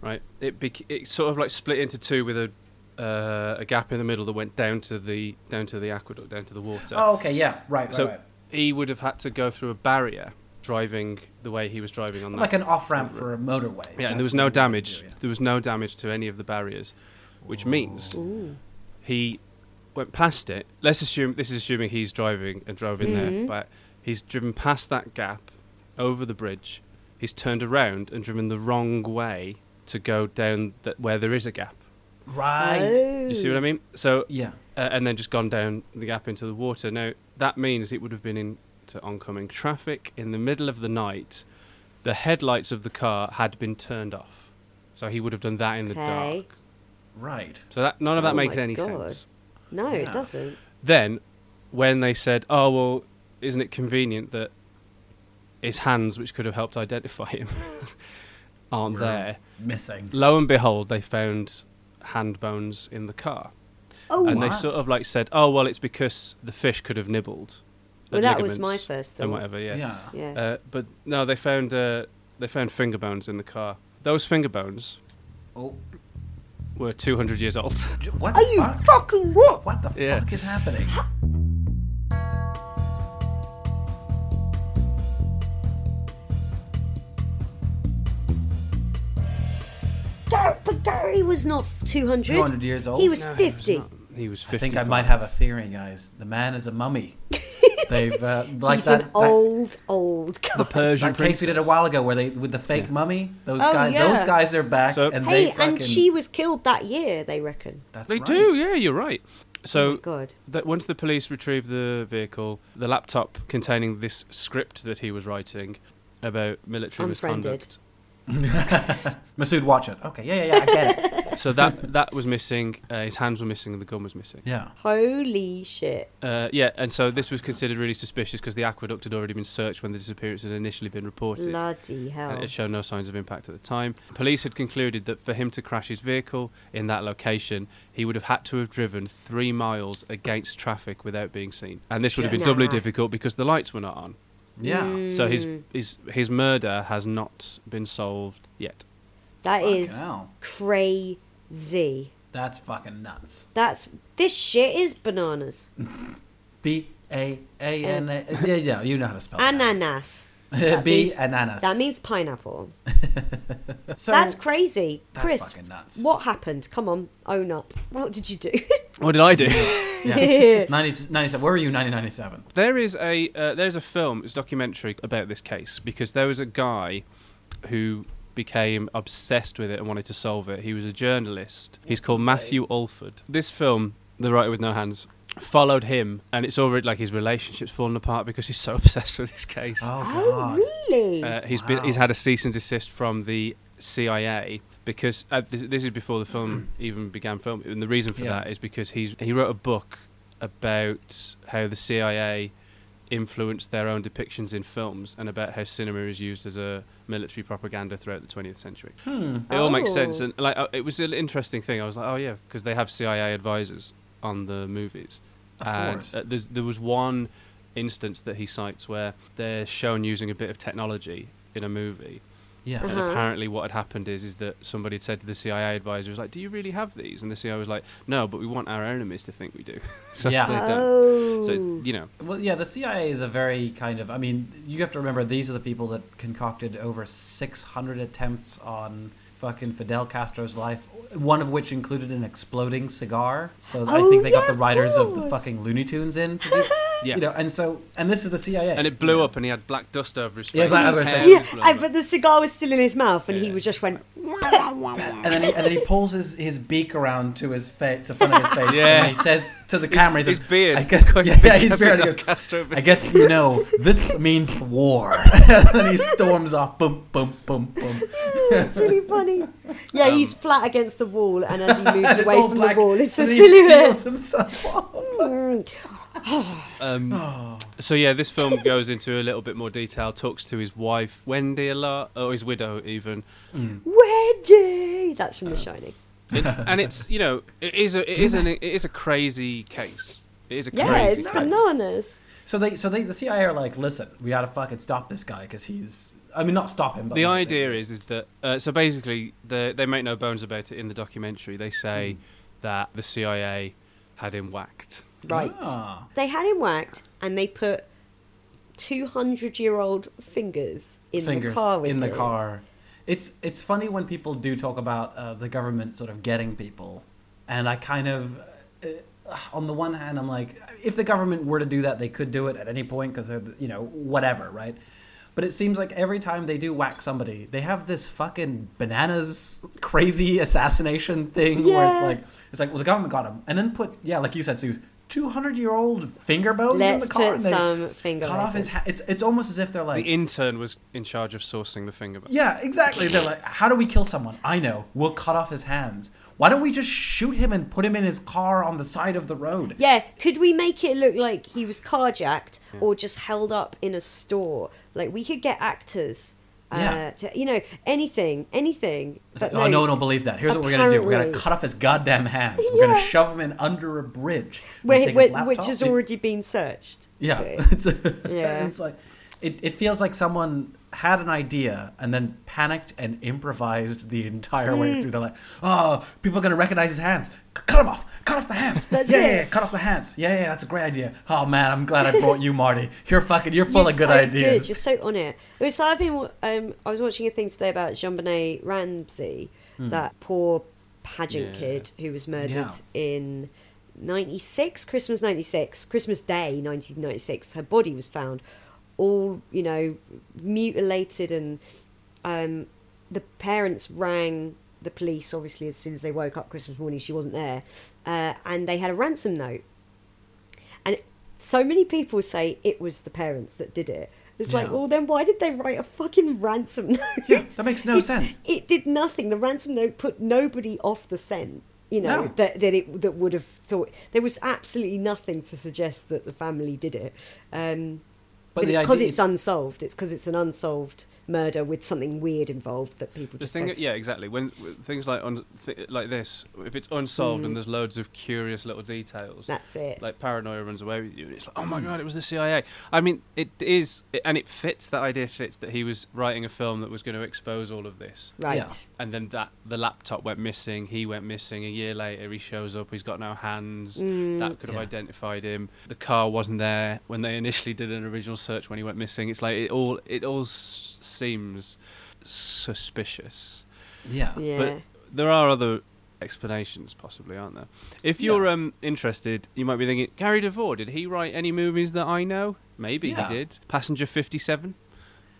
Speaker 2: right? It bec- it sort of like split into two with a uh, a gap in the middle that went down to the down to the aqueduct, down to the water.
Speaker 1: Oh, okay. Yeah. Right. Right.
Speaker 2: so
Speaker 1: right.
Speaker 2: he would have had to go through a barrier driving the way he was driving on that.
Speaker 1: Like an off ramp for a motorway.
Speaker 2: yeah, and
Speaker 1: That's
Speaker 2: there was
Speaker 1: what
Speaker 2: no
Speaker 1: we do,
Speaker 2: damage.
Speaker 1: yeah.
Speaker 2: There was no damage to any of the barriers, which means he went past it. Let's assume this is assuming he's driving and drove in
Speaker 1: Mm-hmm.
Speaker 2: there, but he's driven past that gap, over the bridge. He's turned around and driven the wrong way to go down th- where there is a gap.
Speaker 1: Right.
Speaker 3: Oh.
Speaker 2: You see what I mean? So
Speaker 1: Yeah.
Speaker 2: uh, and then just gone down the gap into the water. Now That means it would have been into oncoming traffic in the middle of the night. The headlights of the car had been turned off, so he would have done that in the
Speaker 3: Okay.
Speaker 2: dark.
Speaker 1: Right.
Speaker 2: So that none of that
Speaker 3: Oh
Speaker 2: makes
Speaker 3: my
Speaker 2: any
Speaker 3: God.
Speaker 2: sense.
Speaker 3: No,
Speaker 1: Yeah.
Speaker 3: it doesn't.
Speaker 2: Then, when they said, "Oh well, isn't it convenient that his hands, which could have helped identify him, aren't there?"
Speaker 1: Missing.
Speaker 2: Lo and behold, they found hand bones in the car.
Speaker 3: Oh,
Speaker 2: and they
Speaker 1: What?
Speaker 2: sort of like said, "Oh well, it's because the fish could have nibbled." at
Speaker 3: Well, that was
Speaker 2: ligaments
Speaker 3: my first
Speaker 2: And
Speaker 3: thought.
Speaker 2: whatever, yeah.
Speaker 1: Yeah.
Speaker 3: yeah.
Speaker 2: Uh, but no, they found uh, they found finger bones in the car. Those finger bones
Speaker 1: Oh.
Speaker 2: were 200 years old.
Speaker 1: J- What
Speaker 3: Are
Speaker 1: the
Speaker 3: you
Speaker 1: fuck?
Speaker 3: fucking what?
Speaker 1: What the
Speaker 2: Yeah.
Speaker 1: fuck is happening?
Speaker 3: Gar- but Gary was not 200.
Speaker 1: 200 years old?
Speaker 3: He was
Speaker 1: No,
Speaker 3: 50.
Speaker 2: he was 50.
Speaker 1: I think I might have a theory, guys. The man is a mummy. They've uh, like
Speaker 3: He's
Speaker 1: that.
Speaker 3: an
Speaker 1: that-
Speaker 3: old, old guy.
Speaker 2: Persian
Speaker 1: that case we did a while ago where they with the fake mummy. Those
Speaker 3: Oh,
Speaker 1: guys, those
Speaker 3: yeah.
Speaker 1: guys are back,
Speaker 2: So-
Speaker 1: and
Speaker 3: Hey,
Speaker 1: they fucking.
Speaker 3: and she was killed that year, they reckon.
Speaker 1: that's
Speaker 2: They
Speaker 1: right.
Speaker 2: do, yeah, you're right.
Speaker 1: Oh.
Speaker 2: So
Speaker 3: Oh God.
Speaker 2: that once the police retrieved the vehicle, the laptop containing this script that he was writing about military
Speaker 3: Unfriended.
Speaker 2: misconduct
Speaker 1: Masood, watch it. Okay, yeah, yeah, yeah. I get it.
Speaker 2: so that that was missing. Uh, his hands were missing, and the gun was missing.
Speaker 1: Yeah.
Speaker 3: Holy shit.
Speaker 2: Uh, yeah, and so this was considered really suspicious because the aqueduct had already been searched when the disappearance had initially been reported.
Speaker 3: Bloody
Speaker 2: And it
Speaker 3: hell.
Speaker 2: had shown no signs of impact at the time. Police had concluded that for him to crash his vehicle in that location, he would have had to have driven three miles against traffic without being seen. And this would have been
Speaker 3: Shit.
Speaker 2: doubly
Speaker 3: Nah.
Speaker 2: difficult because the lights were not on.
Speaker 1: Yeah.
Speaker 2: So his, his, his murder has not been solved yet.
Speaker 3: That
Speaker 1: Fucking
Speaker 3: is
Speaker 1: hell.
Speaker 3: crazy.
Speaker 1: That's fucking nuts.
Speaker 3: That's. This shit is bananas.
Speaker 1: B A A N A. Yeah, yeah. You know how to spell
Speaker 3: Ananas.
Speaker 1: that.
Speaker 3: That
Speaker 1: B
Speaker 3: means-
Speaker 1: ananas.
Speaker 3: That means pineapple.
Speaker 1: So-
Speaker 3: That's crazy.
Speaker 1: That's
Speaker 3: Chris,
Speaker 1: fucking nuts.
Speaker 3: what happened? Come on, own up. What did you do?
Speaker 2: What did I do?
Speaker 1: Yeah. 90, 97. Where were you? Nineteen ninety seven.
Speaker 2: There is a uh, there's a film, it's a documentary about this case because there was a guy who became obsessed with it and wanted to solve it. He was a journalist. He's called Matthew Alford. This film, The Writer with No Hands, followed him, and it's already like his relationship's fallen apart because he's so obsessed with this case.
Speaker 1: Oh
Speaker 3: oh,
Speaker 1: god.
Speaker 3: really?
Speaker 2: Uh, he's been, he's had a cease and desist from the CIA because uh, this, this is before the film even began filming, and the reason for
Speaker 1: Yeah.
Speaker 2: that is because he's he wrote a book about how the CIA influenced their own depictions in films and about how cinema is used as a military propaganda throughout the 20th century. It all makes sense,
Speaker 3: Oh.
Speaker 2: and like uh, it was an interesting thing. I was like, oh yeah, because they have CIA advisors on the movies,
Speaker 1: Of
Speaker 2: and
Speaker 1: course.
Speaker 2: uh, there's, there was one instance that he cites where they're shown using a bit of technology in a movie.
Speaker 1: Yeah.
Speaker 3: Uh-huh.
Speaker 2: And apparently, what had happened is is that somebody had said to the CIA advisor, "Was like, do you really have these?" And the CIA was like, "No, but we want our enemies to think we do." so
Speaker 1: Yeah.
Speaker 2: they don't.
Speaker 3: Oh.
Speaker 2: So it's, you know,
Speaker 1: Well, yeah, the CIA is a very kind of. I mean, you have to remember these are the people that concocted over 600 attempts on fucking Fidel Castro's life, one of which included an exploding cigar. So I
Speaker 3: Oh,
Speaker 1: think they got
Speaker 3: yeah,
Speaker 1: the
Speaker 3: of
Speaker 1: writers of the
Speaker 3: course.
Speaker 1: fucking Looney Tunes in. To do,
Speaker 2: Yeah.
Speaker 1: You know, and so. And this is the CIA.
Speaker 2: and it blew up, and he had black dust over his face.
Speaker 1: Yeah, black
Speaker 2: and
Speaker 1: over
Speaker 2: his
Speaker 1: his
Speaker 2: hair
Speaker 1: face.
Speaker 3: yeah,
Speaker 2: was blown
Speaker 3: I,
Speaker 2: up.
Speaker 3: but the cigar was still in his mouth, and he was just went.
Speaker 1: And then he, and then he pulls his, his beak around to his face, to front of his face,
Speaker 2: Yeah.
Speaker 1: and he says to the camera,
Speaker 2: his
Speaker 1: he goes,
Speaker 2: beard.
Speaker 1: I guess, yeah, yeah, his beard. He
Speaker 2: Fidel
Speaker 1: goes,
Speaker 2: Castro beard.
Speaker 1: I guess you know this means war. and then he storms off. Boom, boom, boom, boom.
Speaker 3: It's really funny. Yeah, he's flat against the wall, and as he moves
Speaker 1: Um, It's
Speaker 3: away
Speaker 1: all
Speaker 3: from
Speaker 1: black,
Speaker 3: the wall, it's a
Speaker 1: and he
Speaker 3: silhouette.
Speaker 1: peels himself off.
Speaker 3: Mm.
Speaker 2: Um,
Speaker 1: Oh.
Speaker 2: So yeah, this film goes into a little bit more detail. Talks to his wife Wendy a lot, or his widow even,
Speaker 1: Mm.
Speaker 3: Wedgie. That's
Speaker 1: Oh.
Speaker 3: from The Shining.
Speaker 2: It- and it's you know it is a it is an it is a crazy case. It is a
Speaker 3: Yeah,
Speaker 2: crazy
Speaker 3: it's
Speaker 2: case.
Speaker 3: bananas.
Speaker 1: So they, so they, the CIA are like, listen, we gotta fucking stop this guy because he's. I mean, not stop him. But
Speaker 2: The idea is is that uh, so basically the, they make no bones about it in the documentary. They
Speaker 3: Hmm.
Speaker 2: say that the CIA had him whacked.
Speaker 3: Right.
Speaker 1: Ah.
Speaker 3: They had him whacked, and they put two hundred-year-old fingers in
Speaker 1: fingers
Speaker 3: the car with
Speaker 1: in the
Speaker 3: him.
Speaker 1: car. It's it's funny when people do talk about uh, the government sort of getting people, and I kind of, uh, on the one hand, I'm like, if the government were to do that, they could do it at any point because they're you know whatever, right? But it seems like every time they do whack somebody, they have this fucking bananas crazy assassination thing where it's
Speaker 3: Yeah.
Speaker 1: like it's like well the government got him, and then put yeah like you said, Suze, two hundred year old finger bones in the
Speaker 3: Let's
Speaker 1: car.
Speaker 3: put
Speaker 1: and they
Speaker 3: some finger
Speaker 1: cut off his.
Speaker 3: bones in.
Speaker 1: Ha- it's it's almost as if they're
Speaker 2: The
Speaker 1: like.
Speaker 2: intern was in charge of sourcing the finger. bones.
Speaker 1: yeah, exactly. They're like, how do we kill someone? I know. We'll cut off his hands. Why don't we just shoot him and put him in his car on the side of the road? Oh,
Speaker 3: Yeah, could we make it look like he was carjacked or just held up in a store? Like we could get actors. Uh,
Speaker 1: Yeah.
Speaker 3: to, you know, anything, anything.
Speaker 1: It's
Speaker 3: But
Speaker 1: like, oh, no one will believe that. Here's what we're gonna do. We're gonna
Speaker 3: Apparently.
Speaker 1: cut off his goddamn hands. We're gonna
Speaker 3: Yeah.
Speaker 1: shove him in under a bridge. We're
Speaker 3: Where-
Speaker 1: gonna take
Speaker 3: where-
Speaker 1: his laptop.
Speaker 3: which has
Speaker 1: It-
Speaker 3: already been searched.
Speaker 1: Yeah.
Speaker 3: Okay.
Speaker 1: It's,
Speaker 3: Yeah.
Speaker 1: it's like it, it feels like someone had an idea and then panicked and improvised the entire way
Speaker 3: Mm.
Speaker 1: through. They're like, oh, people are gonna recognize his hands. C- cut him off. Cut off the hands. yeah,
Speaker 3: That's
Speaker 1: yeah,
Speaker 3: it.
Speaker 1: yeah, cut off the hands. Yeah, yeah, that's a great idea. Oh man, I'm glad I brought you, Marty. You're fucking you're full
Speaker 3: You're
Speaker 1: of good
Speaker 3: so
Speaker 1: ideas.
Speaker 3: Good. You're so on it. I mean, so I've been. Um, I was watching a thing today about Jean Bonnet Ramsey, that poor pageant
Speaker 2: Yeah.
Speaker 3: kid who was murdered
Speaker 1: Hmm. Yeah.
Speaker 3: in '96, Christmas '96, Christmas Day 1996. Her body was found, all you know, mutilated, and um, the parents rang the police. Obviously, as soon as they woke up Christmas morning, she wasn't there, uh, and they had a ransom note. And so many people say it was the parents that did it. It's like,
Speaker 1: Yeah.
Speaker 3: well, then why did they write a fucking ransom note?
Speaker 1: Yeah, that makes no
Speaker 3: It-
Speaker 1: sense.
Speaker 3: It did nothing. The ransom note put nobody off the scent. You know
Speaker 1: No.
Speaker 3: that that it that would have thought there was absolutely nothing to suggest that the family did it. Um, but
Speaker 1: the
Speaker 3: it's because
Speaker 1: idea-
Speaker 3: it's unsolved. It's because it's an unsolved murder with something weird involved that people
Speaker 2: The
Speaker 3: just
Speaker 2: thing,
Speaker 3: don't-
Speaker 2: yeah, exactly. When w- things like un, th- like this, if it's unsolved and there's loads of curious little details,
Speaker 3: Hmm. That's it.
Speaker 2: Like paranoia runs away with you, and it's like, oh my god, it was the CIA. I mean, it is, it, and it fits. That idea fits that he was writing a film that was going to expose all of this.
Speaker 3: right.
Speaker 1: yeah.
Speaker 2: And then that the laptop went missing. He went missing. A year later, he shows up. He's got no hands. that could have
Speaker 1: Yeah.
Speaker 2: identified him. The car wasn't there when they initially did an original search when he went missing. It's like it all it all s- seems suspicious.
Speaker 1: Yeah.
Speaker 3: Yeah.
Speaker 2: But there are other explanations, possibly, aren't there? If you're
Speaker 1: Yeah.
Speaker 2: um, interested, you might be thinking, Gary DeVore, did he write any movies that I know? Maybe
Speaker 1: Yeah.
Speaker 2: he did. Passenger 57?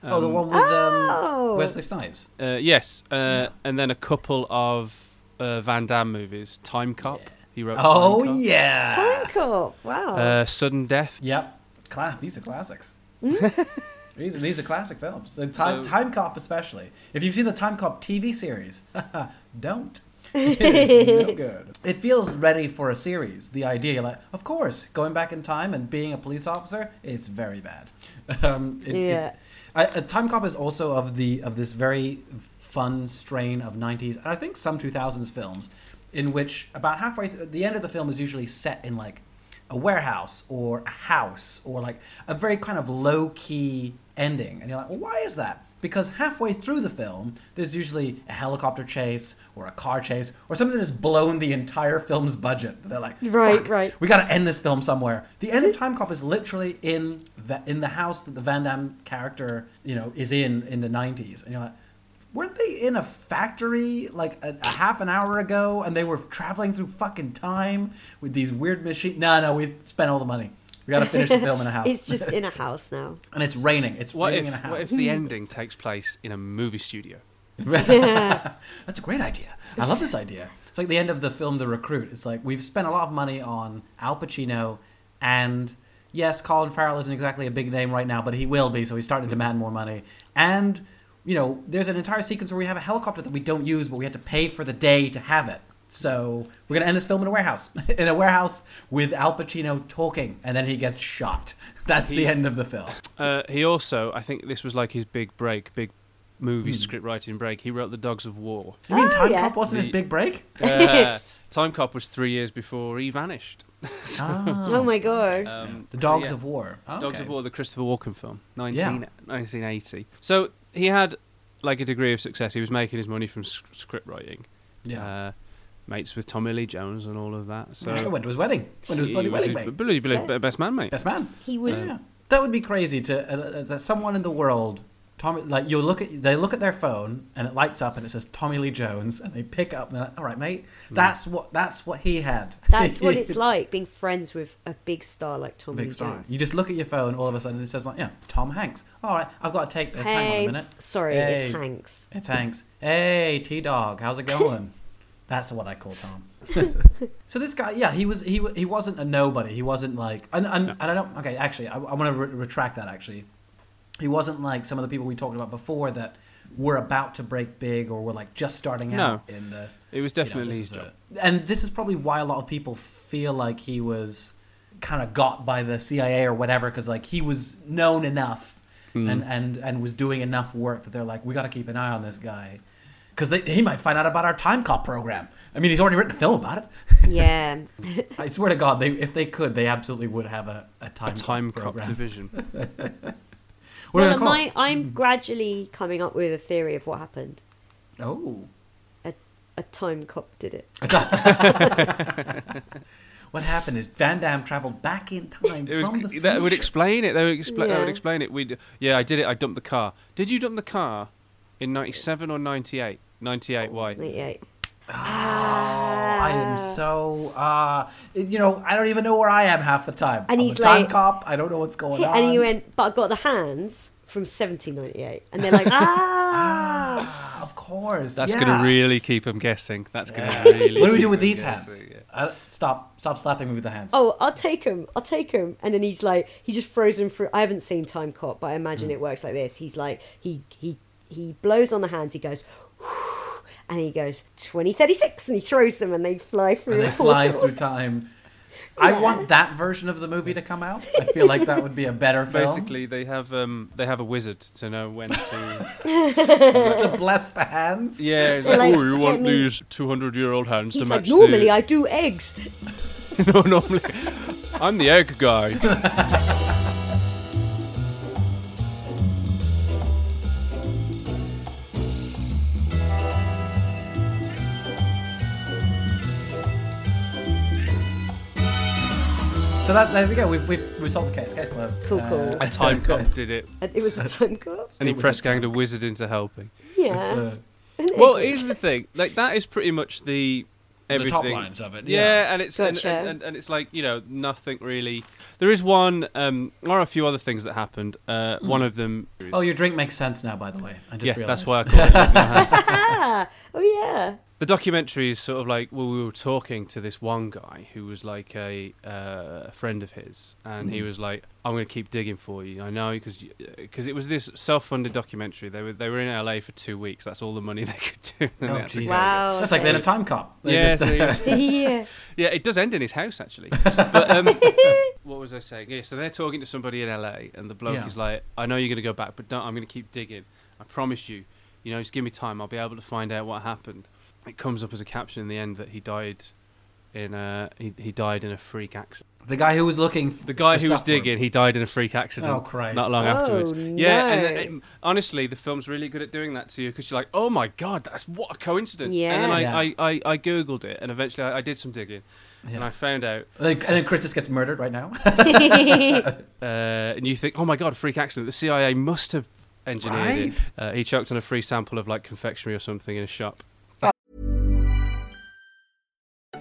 Speaker 1: oh, the
Speaker 2: Um,
Speaker 1: one with um,
Speaker 3: Oh!
Speaker 1: Wesley Snipes.
Speaker 2: Uh, yes. Uh, And then a couple of uh, Van Damme movies. Time Cop. He wrote
Speaker 1: Oh
Speaker 2: Time Cop.
Speaker 1: yeah.
Speaker 3: Time cop. Wow.
Speaker 2: Uh, Sudden Death.
Speaker 1: Yep. Class. These are classics. these, are, these are classic films. The time,
Speaker 2: So-
Speaker 1: time Cop, especially. If you've seen the Time Cop TV series, don't. it's no good. It feels ready for a series. The idea, like, of course, going back in time and being a police officer, it's very bad. Um, it,
Speaker 3: Yeah.
Speaker 1: it's, I, uh, time Cop is also of the of this very fun strain of '90s and I think some 2000s films, in which about halfway th- the end of the film is usually set in like a warehouse or a house or like a very kind of low key ending, and you're like, well, why is that? Because halfway through the film, there's usually a helicopter chase or a car chase or something that's blown the entire film's budget. They're like,
Speaker 3: Right,
Speaker 1: "Fuck,
Speaker 3: right.
Speaker 1: we got to end this film somewhere. The end of Time Cop is literally in Va- in the house that the Van Damme character, you know, is in in the 90s. And you're like, weren't they in a factory like a, a half an hour ago and they were traveling through fucking time with these weird machines? No, no, we spent all the money. We got to finish the film in a house.
Speaker 3: it's just in a house now.
Speaker 1: and it's raining. It's
Speaker 2: What
Speaker 1: raining in
Speaker 2: if,
Speaker 1: a house.
Speaker 2: what if the ending takes place in a movie studio?
Speaker 1: That's a great idea. I love this idea. It's like the end of the film The Recruit. It's like we've spent a lot of money on Al Pacino and yes, Colin Farrell isn't exactly a big name right now, but he will be, so he's starting to
Speaker 2: Mm-hmm.
Speaker 1: demand more money. And you know, there's an entire sequence where we have a helicopter that we don't use, but we had to pay for the day to have it. So we're gonna end this film in a warehouse, in a warehouse with Al Pacino talking, and then he gets shot. That's the end of the film.
Speaker 2: Uh, he also, I think this was like his big break, big
Speaker 1: Hmm.
Speaker 2: movie script writing break. He wrote The Dogs of War.
Speaker 1: You mean
Speaker 3: Oh,
Speaker 1: Time
Speaker 3: yeah.
Speaker 1: Cop wasn't his
Speaker 2: The-
Speaker 1: big break?
Speaker 2: Uh, Time Cop was three years before he vanished.
Speaker 3: Oh, my
Speaker 2: Um,
Speaker 3: god.
Speaker 1: Ah. The
Speaker 2: so
Speaker 1: Dogs
Speaker 2: yeah.
Speaker 1: of War.
Speaker 2: Dogs
Speaker 1: Okay.
Speaker 2: of War, the Christopher Walken film, 19,
Speaker 1: Yeah.
Speaker 2: 1980. So he had like a degree of success. He was making his money from sc- script writing.
Speaker 1: Yeah.
Speaker 2: Uh, mates with Tommy Lee Jones and all of that. So
Speaker 1: I went to his wedding. Went to his
Speaker 2: he
Speaker 1: bloody
Speaker 2: was
Speaker 1: wedding,
Speaker 2: his
Speaker 1: mate.
Speaker 2: bloody- bloody
Speaker 3: So-
Speaker 2: best man, mate.
Speaker 1: Best man.
Speaker 3: He was.
Speaker 1: Yeah. That would be crazy to uh, uh, that someone in the world, Tommy. Like you look at, they look at their phone and it lights up and it says Tommy Lee Jones, and they pick up and they're like, "All right, mate,
Speaker 2: Hmm.
Speaker 1: that's what that's what he had.
Speaker 3: That's what it's like being friends with a big star like Tom
Speaker 1: Big
Speaker 3: Lee
Speaker 1: star.
Speaker 3: Jones.
Speaker 1: You just look at your phone, all of a sudden it says like, "Yeah, Tom Hanks. All right, I've got to take this. Hang on
Speaker 3: Hey,
Speaker 1: a minute.
Speaker 3: sorry,
Speaker 1: Hey.
Speaker 3: it's Hanks.
Speaker 1: It's Hanks. Hey, T Dog, how's it going? That's what I call Tom. so this guy, yeah, he was he wa- he wasn't a nobody. He wasn't like and and, and I don't okay. Actually, I, I want to re- retract that. Actually, he wasn't like some of the people we talked about before that were about to break big or were like just starting
Speaker 2: No.
Speaker 1: out in the.
Speaker 2: It was
Speaker 1: you know,
Speaker 2: definitely
Speaker 1: this
Speaker 2: his
Speaker 1: was
Speaker 2: job.
Speaker 1: a- and this is probably why a lot of people feel like he was kind of got by the CIA or whatever, because like he was known enough
Speaker 2: Mm.
Speaker 1: and, and and was doing enough work that they're like, we got to keep an eye on this guy. Because he might find out about our time cop program. I mean, he's already written a film about it.
Speaker 3: Yeah.
Speaker 1: I swear to God, they, if they could, they absolutely would have a, a time,
Speaker 2: A time
Speaker 1: cop
Speaker 2: cop
Speaker 1: program.
Speaker 2: division.
Speaker 1: What are
Speaker 3: well,
Speaker 1: they called?
Speaker 3: my, I'm gradually coming up with a theory of what happened.
Speaker 1: Oh.
Speaker 3: A, a time cop did it.
Speaker 1: What happened is Van Damme traveled back in time
Speaker 2: It was,
Speaker 1: from the future.
Speaker 2: that would explain it. That would, expla- that
Speaker 3: Yeah.
Speaker 2: would explain it. We yeah, I did it. I dumped the car. Did you dump the car in '97 or '98? '98. Why?
Speaker 3: Yeah.
Speaker 1: I am so uh you know, I don't even know where I am half the time.
Speaker 3: And
Speaker 1: I'm
Speaker 3: he's
Speaker 1: a time
Speaker 3: like-
Speaker 1: cop, I don't know what's going on.
Speaker 3: And he went, but I got the hands from 1798. And they're like, ah.
Speaker 1: Ah, of course.
Speaker 2: That's
Speaker 1: yeah.
Speaker 2: gonna really keep them guessing. That's gonna really.
Speaker 1: What do we do
Speaker 2: keep
Speaker 1: with
Speaker 2: 'em
Speaker 1: these
Speaker 2: guessing,
Speaker 1: hands?
Speaker 2: yeah.
Speaker 1: Uh, stop stop slapping me with the hands.
Speaker 3: oh, I'll take him. I'll take him. And then he's like, he just throws him through. I haven't seen Time Cop, but I imagine
Speaker 1: Mm.
Speaker 3: it works like this. He's like, he he he blows on the hands. He goes, and he goes 2036, and he throws them, and they fly through.
Speaker 1: and they
Speaker 3: a
Speaker 1: fly
Speaker 3: portal.
Speaker 1: through time. I want that version of the movie to come out. I feel like that would be a better film.
Speaker 2: Basically, they have um, they have a wizard to know when to.
Speaker 1: to bless the hands.
Speaker 2: yeah. it's
Speaker 3: They're like,
Speaker 2: oh, you want
Speaker 3: "Get me."
Speaker 2: these 200 year old hands
Speaker 3: He's
Speaker 2: to
Speaker 3: like,
Speaker 2: match
Speaker 3: normally
Speaker 2: the...
Speaker 3: I do eggs.
Speaker 2: no, normally. I'm the egg guy.
Speaker 1: So that there we go. We've we've, we solved the case. Case closed. Uh,
Speaker 3: Cool, cool.
Speaker 2: A time cop did it,
Speaker 3: And it was a time cop.
Speaker 2: and he
Speaker 1: It was a
Speaker 2: press ganged
Speaker 1: time
Speaker 2: a wizard into helping.
Speaker 3: Yeah.
Speaker 1: It's, uh,
Speaker 2: Well, here's the thing. Like that is pretty much the
Speaker 1: the
Speaker 2: everything.
Speaker 1: top lines of it.
Speaker 2: Yeah, and it's and-
Speaker 3: Gotcha.
Speaker 2: and, and, and it's like you know nothing really. There is one. Um, there are a few other things that happened. Uh, One of them.
Speaker 1: Oh, your drink makes sense now. By the way, I just
Speaker 2: yeah,
Speaker 1: realized. Oh,
Speaker 2: that's why I called it. Like, no,
Speaker 3: ah, oh yeah.
Speaker 2: the documentary is sort of like well we were talking to this one guy who was like a uh, friend of his and
Speaker 1: Hmm.
Speaker 2: he was like i'm going to keep digging for you i know because because it was this self-funded documentary they were they were in la for two weeks that's all the money they could do And they
Speaker 1: Oh,
Speaker 2: had to
Speaker 1: Jesus.
Speaker 2: go.
Speaker 3: Wow,
Speaker 1: That's like
Speaker 3: okay.
Speaker 1: then a time cop. They
Speaker 2: yeah,
Speaker 1: just-
Speaker 2: so he was-
Speaker 3: Yeah. uh,
Speaker 2: yeah, it does end in his house actually. But um, what was I saying? Yeah, so they're talking to somebody in LA, and the bloke
Speaker 1: Yeah.
Speaker 2: is like, "I know you're going to go back, but don't, I'm going to keep digging. I promise you. You know, just give me time. I'll be able to find out what happened." It comes up as a caption in the end that he died in a he, he died in a freak accident.
Speaker 1: the guy who was looking.
Speaker 2: The guy
Speaker 1: for
Speaker 2: who was
Speaker 1: stuff for him.
Speaker 2: digging, he died in a freak accident.
Speaker 1: Oh, Christ.
Speaker 2: Not long
Speaker 3: Oh,
Speaker 2: afterwards. Yeah, and
Speaker 3: no.
Speaker 2: then it- honestly, the film's really good at doing that to you because you're like, oh my god, that's what a coincidence. And then I,
Speaker 1: Yeah. Yeah.
Speaker 2: I, I, I googled it, and eventually I, I did some digging, and
Speaker 1: Yeah.
Speaker 2: I found out.
Speaker 1: And then, and then Chris just gets murdered right now.
Speaker 2: Uh, and you think, oh my god, freak accident! The CIA must have engineered it. Uh, he choked on a free sample of like confectionery or something in a shop.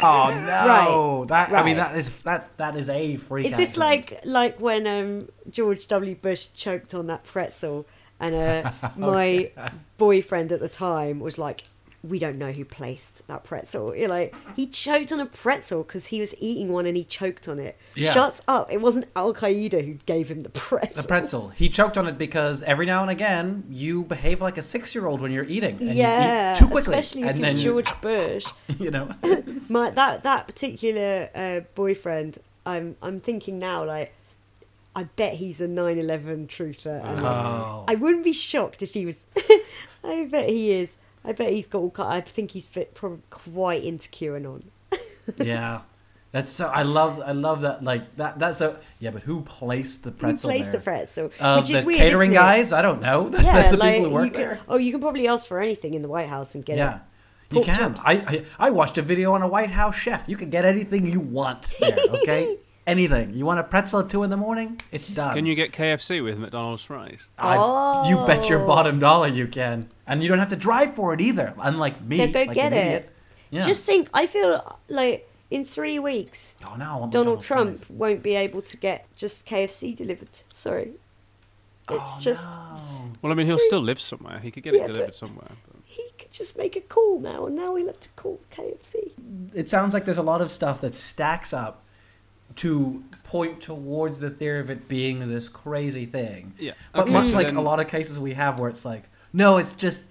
Speaker 1: oh no!
Speaker 3: Right,
Speaker 1: That I mean,
Speaker 3: right.
Speaker 1: that is that's that is a freak.
Speaker 3: Is this
Speaker 1: accident.
Speaker 3: like like when um, George W. Bush
Speaker 1: Oh,
Speaker 3: choked on that pretzel, and uh, my boyfriend at the time was like, we don't know who placed that pretzel. You're like, he choked on a pretzel because he was eating one and he choked on it.
Speaker 1: Yeah.
Speaker 3: Shut up. It wasn't Al Qaeda who gave him the pretzel.
Speaker 1: The pretzel. He choked on it because every now and again you behave like a six-year-old when you're eating. And you eat
Speaker 3: yeah,
Speaker 1: too quickly.
Speaker 3: especially if
Speaker 1: and
Speaker 3: you're
Speaker 1: then
Speaker 3: George Bush.
Speaker 1: you know.
Speaker 3: My that that particular uh, boyfriend, I'm I'm thinking now like, I bet he's a 9/11 truther. And
Speaker 1: Oh.
Speaker 3: I wouldn't be shocked if he was. I bet he is. I bet he's got all. ki- I think he's bit, probably quite into QAnon.
Speaker 1: yeah. That's so. I love. I love that. Like that. That's so. Yeah, but who placed the
Speaker 3: Who
Speaker 1: pretzel?
Speaker 3: plays
Speaker 1: there?
Speaker 3: the pretzel?
Speaker 1: Uh,
Speaker 3: which is
Speaker 1: the
Speaker 3: weird.
Speaker 1: catering
Speaker 3: isn't it?
Speaker 1: guys. I don't know.
Speaker 3: Yeah,
Speaker 1: the
Speaker 3: like
Speaker 1: people who work
Speaker 3: you can,
Speaker 1: there.
Speaker 3: oh, you can probably ask for anything in the White House and get
Speaker 1: Yeah.
Speaker 3: it.
Speaker 1: You
Speaker 3: Pork
Speaker 1: can.
Speaker 3: chops.
Speaker 1: I, I I watched a video on a White House chef. You can get anything you want there, okay? anything. You want a pretzel at two in the morning? It's done.
Speaker 2: Can you get KFC with McDonald's fries?
Speaker 1: I, You bet your
Speaker 3: Oh.
Speaker 1: bottom dollar you can. And you don't have to drive for it either, unlike me.
Speaker 3: Now go
Speaker 1: like an
Speaker 3: get it.
Speaker 1: idiot. Yeah.
Speaker 3: Just think, I feel like in three weeks,
Speaker 1: oh, no, I want
Speaker 3: Donald
Speaker 1: McDonald's
Speaker 3: Trump
Speaker 1: fries.
Speaker 3: won't be able to get just KFC delivered. Sorry, it's just
Speaker 1: Oh, No.
Speaker 2: Well, I mean, he'll still live somewhere. He could get
Speaker 3: Yeah,
Speaker 2: it
Speaker 3: but-
Speaker 2: delivered somewhere. But...
Speaker 3: he could just make a call now, and now he'll have to call KFC.
Speaker 1: It sounds like there's a lot of stuff that stacks up to point towards the theory of it being this crazy thing.
Speaker 2: Yeah.
Speaker 1: But
Speaker 2: Okay,
Speaker 1: much
Speaker 2: so
Speaker 1: like
Speaker 2: then-
Speaker 1: a lot of cases we have where it's like, no, it's just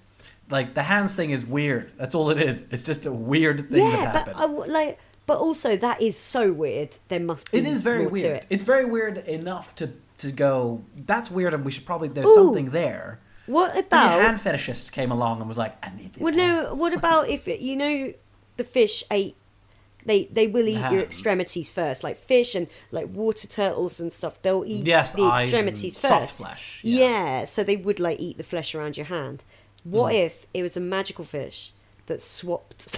Speaker 1: like the hands thing is weird. That's all it is. It's just a weird thing
Speaker 3: yeah,
Speaker 1: that happened.
Speaker 3: but I w like, but also that is so weird. There must be
Speaker 1: It is very
Speaker 3: more
Speaker 1: weird.
Speaker 3: to it.
Speaker 1: It's very weird enough to to go. That's weird, and we should probably there's
Speaker 3: Ooh.
Speaker 1: something there.
Speaker 3: What
Speaker 1: Then
Speaker 3: about
Speaker 1: a hand fetishist came along and was like, "I need this."
Speaker 3: Well, no. What about if it- you know the fish ate? They they will eat your
Speaker 1: Hands.
Speaker 3: extremities first, like fish and like water turtles and stuff. They'll eat
Speaker 1: Yes,
Speaker 3: the
Speaker 1: eyes
Speaker 3: extremities
Speaker 1: and soft
Speaker 3: first.
Speaker 1: flesh,
Speaker 3: Yeah.
Speaker 1: yeah. Hmm.
Speaker 3: so they would like eat the flesh around your hand. What if it was a magical fish that swapped?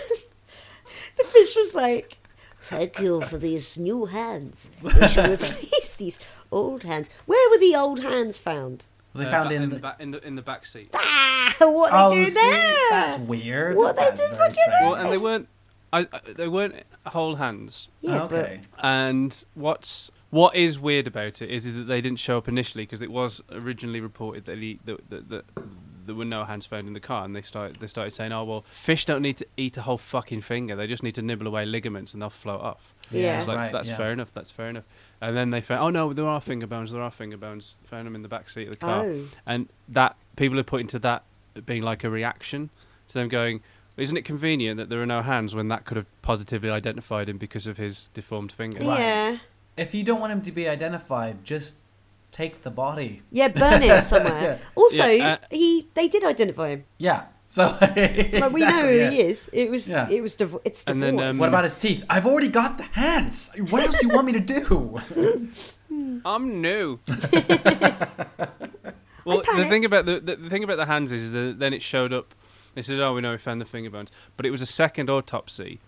Speaker 3: the fish was like. Thank you for these new hands. We shall replace these old hands. Where were the old hands found?
Speaker 1: They found
Speaker 2: Uh,
Speaker 1: in.
Speaker 2: the
Speaker 1: The,
Speaker 2: back, in the in the back seat.
Speaker 3: Ah, what they
Speaker 1: oh,
Speaker 3: do
Speaker 1: see,
Speaker 3: there?
Speaker 1: that's weird.
Speaker 3: What they
Speaker 1: That's
Speaker 3: do
Speaker 1: very
Speaker 3: fucking
Speaker 1: strange.
Speaker 2: Well, and they weren't. I, I- they weren't whole hands.
Speaker 3: yeah, but
Speaker 1: okay.
Speaker 2: And what's what is weird about it is is that they didn't show up initially because it was originally reported that, he, that, that that there were no hands found in the car, and they started they started saying, "Oh well, fish don't need to eat a whole fucking finger; they just need to nibble away ligaments, and they'll float off."
Speaker 3: Yeah.
Speaker 2: I was like,
Speaker 1: Right,
Speaker 2: "That's
Speaker 1: yeah.
Speaker 2: fair enough. That's fair enough." And then they found, "Oh no, there are finger bones. There are finger bones." Found them in the back seat of the car,
Speaker 3: Oh.
Speaker 2: and that people are putting to that being like a reaction to them going. Isn't it convenient that there are no hands when that could have positively identified him because of his deformed finger?
Speaker 3: Yeah.
Speaker 1: If you don't want him to be identified, just take the body.
Speaker 3: Yeah, burn it somewhere.
Speaker 1: Yeah.
Speaker 3: Also,
Speaker 2: Yeah, uh,
Speaker 3: he they did identify him.
Speaker 1: Yeah. So
Speaker 3: Like we know who
Speaker 1: exactly, yeah.
Speaker 3: he is. It was
Speaker 1: Yeah.
Speaker 3: it was div- it's divorce.
Speaker 2: And then, um,
Speaker 1: What about his teeth? I've already got the hands. What else do you want me to do?
Speaker 2: I'm new. well, the thing
Speaker 3: panicked.
Speaker 2: about the, the, the thing about the hands is that then it showed up. They said, "Oh, we know we found the finger bones," but it was a second autopsy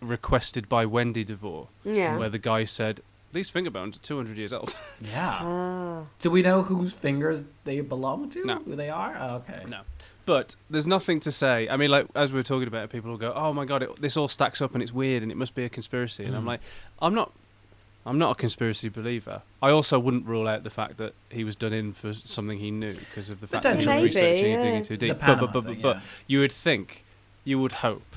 Speaker 2: requested by Wendy DeVore,
Speaker 3: Yeah.
Speaker 2: where the guy said, "These finger bones are 200 years old."
Speaker 1: yeah.
Speaker 3: Ah.
Speaker 1: Do we know whose fingers they belong to?
Speaker 2: No.
Speaker 1: Who they are? Oh, okay.
Speaker 2: no, but there's nothing to say. I mean, like as we were talking about, it, people will go, "Oh my god, it, this all stacks up and it's weird and it must be a conspiracy."
Speaker 1: Mm.
Speaker 2: And I'm like, "I'm not." I'm not a conspiracy believer. I also wouldn't rule out the fact that he was done in for something he knew because of the fact that he was
Speaker 1: Potentially.
Speaker 2: researching and
Speaker 3: Maybe,
Speaker 2: digging too
Speaker 1: The
Speaker 2: deep. But,
Speaker 1: Panama
Speaker 2: but, but,
Speaker 1: thing,
Speaker 2: but
Speaker 1: yeah.
Speaker 2: you would think, you would hope,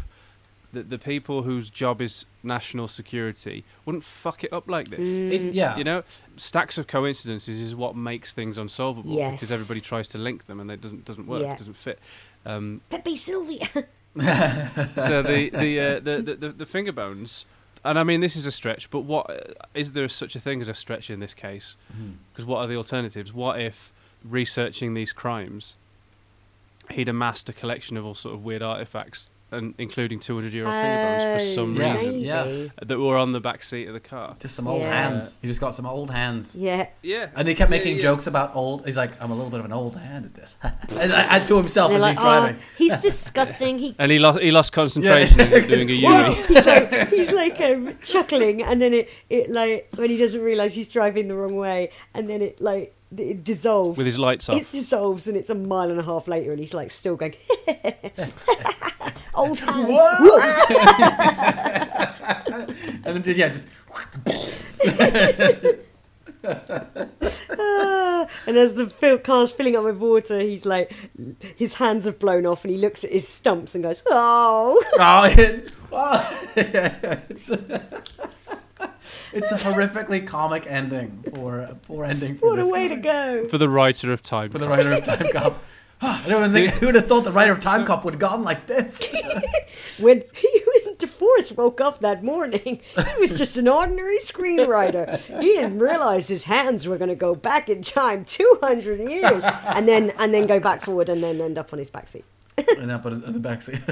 Speaker 2: that the people whose job is national security wouldn't fuck it up like this.
Speaker 3: Mm.
Speaker 1: It- yeah.
Speaker 2: You know, stacks of coincidences is what makes things unsolvable
Speaker 3: Yes.
Speaker 2: because everybody tries to link them and it doesn't doesn't work,
Speaker 3: Yeah.
Speaker 2: doesn't fit. Um,
Speaker 3: Pepe Sylvia.
Speaker 2: so the the, uh, the, the the the finger bones, and I mean this is a stretch, but what uh, is there such a thing as a stretch in this case?
Speaker 3: Mm-hmm.
Speaker 2: Because what are the alternatives? What if researching these crimes, he'd amassed a collection of all sort of weird artifacts, and including 200 year old finger bones for
Speaker 3: Oh,
Speaker 2: some
Speaker 1: Yeah.
Speaker 2: reason
Speaker 3: maybe.
Speaker 1: Yeah.
Speaker 2: that were on the back seat of the car.
Speaker 1: Just some old
Speaker 3: Yeah.
Speaker 1: hands. He just got some old hands.
Speaker 3: Yeah.
Speaker 2: Yeah,
Speaker 1: And they kept
Speaker 2: yeah,
Speaker 1: making
Speaker 2: yeah.
Speaker 1: jokes about old. He's like, I'm a little bit of an old hand at this. and, and to himself
Speaker 3: And they're
Speaker 1: as he's
Speaker 3: like, oh,
Speaker 1: driving.
Speaker 3: he's disgusting. He
Speaker 2: And he lost he lost concentration in doing a uni.
Speaker 3: he's like, he's like um, chuckling, and then it, it like when he doesn't realize he's driving the wrong way, and then it like it dissolves
Speaker 2: With his lights off.
Speaker 3: It dissolves, and it's a mile and a half later, and he's like still going. Old hands.
Speaker 1: And then just, yeah, just.
Speaker 3: And as the fill, car's filling up with water, he's like, his hands have blown off, and he looks at his stumps and goes, "Oh,
Speaker 1: Oh, it, oh, it's, it's a horrifically comic ending for poor ending for
Speaker 3: what a
Speaker 1: this
Speaker 3: way to go!"
Speaker 2: for the writer of time.
Speaker 1: for the writer of Time Cop. I don't even think who would have thought the writer of Time Cop would have gone like this.
Speaker 3: When when DeForest woke up that morning, he was just an ordinary screenwriter. He didn't realize his hands were going to go back in time two hundred years, and then and then go back forward, and then end up on his backseat.
Speaker 1: and up in the backseat.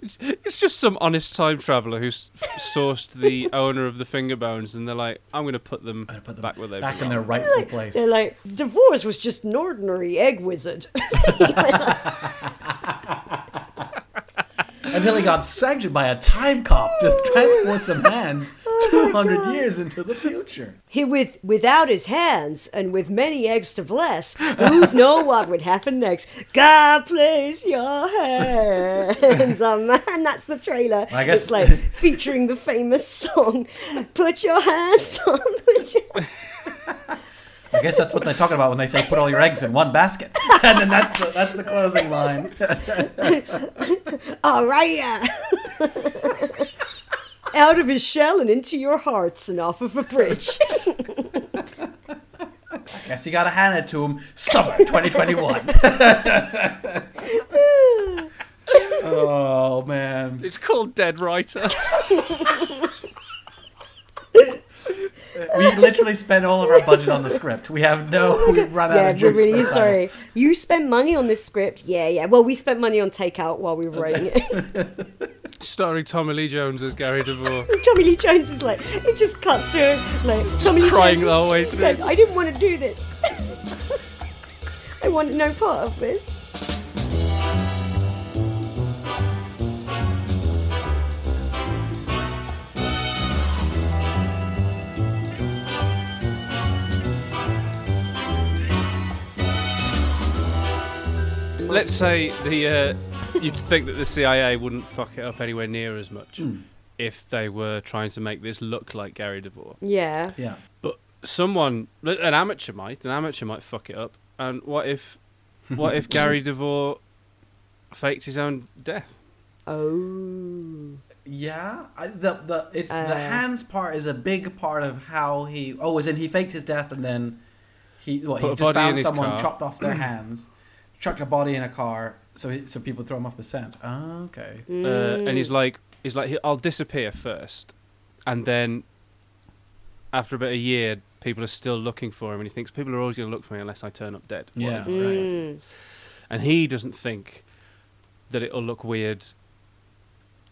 Speaker 2: It's, it's just some honest time traveler who's f- sourced the owner of the finger bones, and they're like, "I'm going to put them,
Speaker 1: Put them
Speaker 2: back where they
Speaker 1: back in
Speaker 2: belong."
Speaker 1: their rightful place.
Speaker 3: They're like, "DeForest was just an ordinary egg wizard."
Speaker 1: Until he
Speaker 3: "Oh."
Speaker 1: got sanctioned by a time cop to transport some hands 200 years into the future.
Speaker 3: He with without his hands and with many eggs to bless, who'd know what would happen next? God place your hands on man. That's the trailer.
Speaker 1: I guess-
Speaker 3: It's like featuring the famous song, "Put your hands on." Put your...
Speaker 1: I guess that's what they're talking about when they say put all your eggs in one basket. And then that's the, that's the closing line.
Speaker 3: All Oh, right, yeah. Out of his shell and into your hearts and off of a bridge.
Speaker 1: Guess you gotta hand it to him summer 2021. oh, man.
Speaker 2: It's called Dead Writer.
Speaker 1: We literally spent all of our budget on the script. We have no, we've run out
Speaker 3: yeah,
Speaker 1: of
Speaker 3: we're
Speaker 1: juice. for
Speaker 3: really
Speaker 1: time.
Speaker 3: sorry. You spent money on this script. Yeah, yeah. Well, we spent money on takeout while we were writing it.
Speaker 2: Starring Tommy Lee Jones as Gary DeVore.
Speaker 3: Tommy Lee Jones is like, it just cuts to him, like Tommy Lee
Speaker 2: Crying
Speaker 3: Jones
Speaker 2: the whole way
Speaker 3: is
Speaker 2: through.
Speaker 3: like, I didn't want to do this. I wanted no part of this.
Speaker 2: Let's say the uh, you'd think that the CIA wouldn't fuck it up anywhere near as much
Speaker 1: Hmm.
Speaker 2: if they were trying to make this look like Gary DeVore.
Speaker 3: Yeah.
Speaker 1: Yeah.
Speaker 2: But someone, an amateur might, an amateur might fuck it up. And what if, what if Gary DeVore faked his own death?
Speaker 3: Oh.
Speaker 1: Yeah, I, the the it's, the
Speaker 3: Uh.
Speaker 1: hands part is a big part of how he. Oh, as in he faked his death and then he well,
Speaker 2: Put
Speaker 1: he
Speaker 2: a
Speaker 1: just
Speaker 2: body in
Speaker 1: found
Speaker 2: his
Speaker 1: someone
Speaker 2: car.
Speaker 1: chopped off their hands, chucked a body in a car so he, so people throw him off the scent. Okay,
Speaker 3: Mm.
Speaker 2: Uh, and he's like, he's like, I'll disappear first, and then after about a year, people are still looking for him, and he thinks people are always going to look for me unless I turn up dead.
Speaker 1: yeah,
Speaker 2: whatever."
Speaker 3: Mm.
Speaker 1: right.
Speaker 2: and he doesn't think that it'll look weird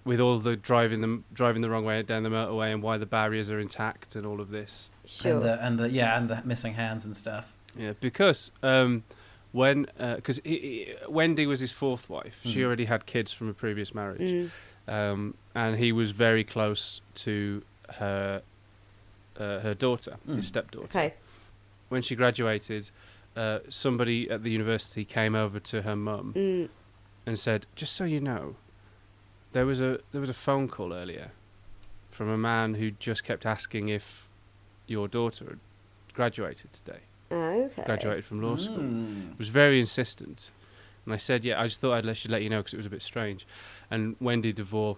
Speaker 2: with all the driving them driving the wrong way down the motorway and why the barriers are intact and all of this.
Speaker 3: Sure.
Speaker 1: And uh, the and the yeah and the missing hands and stuff.
Speaker 2: Yeah, because um, when because he, he- Wendy was his fourth wife,
Speaker 3: Mm.
Speaker 2: she already had kids from a previous marriage, um, and he was very close to her uh, her daughter, his stepdaughter.
Speaker 3: Mm. Okay.
Speaker 2: When she graduated, uh, somebody at the university came over to her mum
Speaker 3: Mm.
Speaker 2: and said, "Just so you know, there was a there was a phone call earlier from a man who just kept asking if your daughter had graduated today."
Speaker 3: Okay.
Speaker 2: graduated from law school,
Speaker 1: Hmm.
Speaker 2: was very insistent. And I said, yeah, I just thought I'd let, should let you know because it was a bit strange. And Wendy DeVore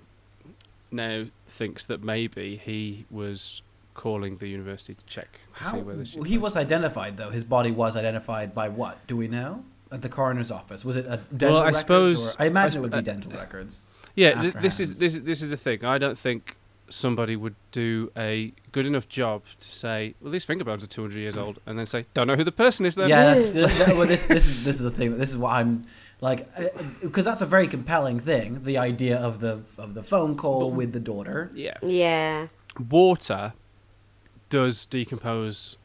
Speaker 2: now thinks that maybe he was calling the university to check to
Speaker 1: How
Speaker 2: see whether she.
Speaker 1: he was identified though. His body was identified by what? Do we know? At the coroner's office. Was it a dental
Speaker 2: I
Speaker 1: records?
Speaker 2: suppose-
Speaker 1: or, I imagine
Speaker 2: I
Speaker 1: it would be
Speaker 2: sp- uh,
Speaker 1: dental records.
Speaker 2: yeah, th- this
Speaker 1: afterhands.
Speaker 2: is this is this is the thing. I don't think somebody would do a good enough job to say, well, these finger bones are 200 years old, and then say, don't know who the person is. Then
Speaker 1: Yeah, that's, th- th- well, this this is this is the thing. This is what I'm like, because that's a very compelling thing. The idea of the of the phone call with the daughter.
Speaker 2: yeah.
Speaker 3: Yeah.
Speaker 2: Water does decompose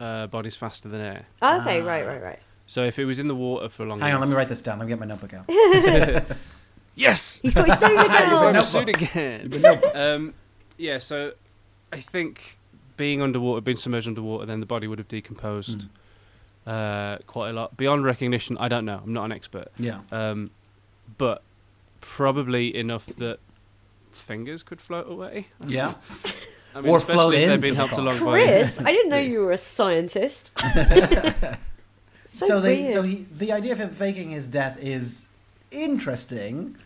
Speaker 2: uh, bodies faster than air.
Speaker 1: Ah.
Speaker 3: Okay, right, right, right.
Speaker 2: So if it was in the water for a long
Speaker 1: Hang on, let me write this down. Let me get my notebook out.
Speaker 2: yes,
Speaker 3: He's got his name
Speaker 2: We're
Speaker 3: again.
Speaker 2: not sued again. um, yeah, so I think being underwater, being submerged underwater, then the body would have decomposed
Speaker 1: Hmm.
Speaker 2: uh, quite a lot beyond recognition. I don't know. I'm not an expert,
Speaker 1: Yeah,
Speaker 2: um, but probably enough that fingers could float away.
Speaker 1: yeah.
Speaker 2: I mean,
Speaker 1: Or
Speaker 2: especially
Speaker 1: float
Speaker 2: if they've
Speaker 1: into
Speaker 2: been
Speaker 1: the
Speaker 2: helped
Speaker 1: car.
Speaker 2: along by.
Speaker 3: Chris, I didn't know you were a scientist. so,
Speaker 1: so
Speaker 3: weird.
Speaker 1: they so he the idea of him faking his death is interesting,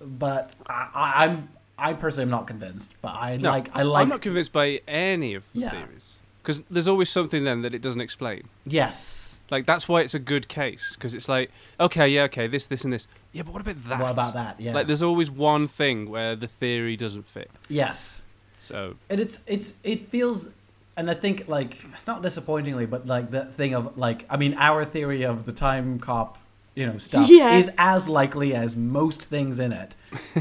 Speaker 1: but I, I, I'm I personally am not convinced. But I
Speaker 2: No,
Speaker 1: like I like
Speaker 2: I'm not convinced by any of the
Speaker 1: Yeah.
Speaker 2: theories because there's always something then that it doesn't explain.
Speaker 1: yes.
Speaker 2: Like that's why it's a good case because it's like okay, yeah, okay, this, this, and this. Yeah, but what about that?
Speaker 1: What about that? Yeah.
Speaker 2: Like there's always one thing where the theory doesn't fit.
Speaker 1: yes.
Speaker 2: So
Speaker 1: and it's it's it feels and i think like not disappointingly but like that thing of like i mean our theory of the time cop you know stuff
Speaker 3: Yeah.
Speaker 1: is as likely as most things in it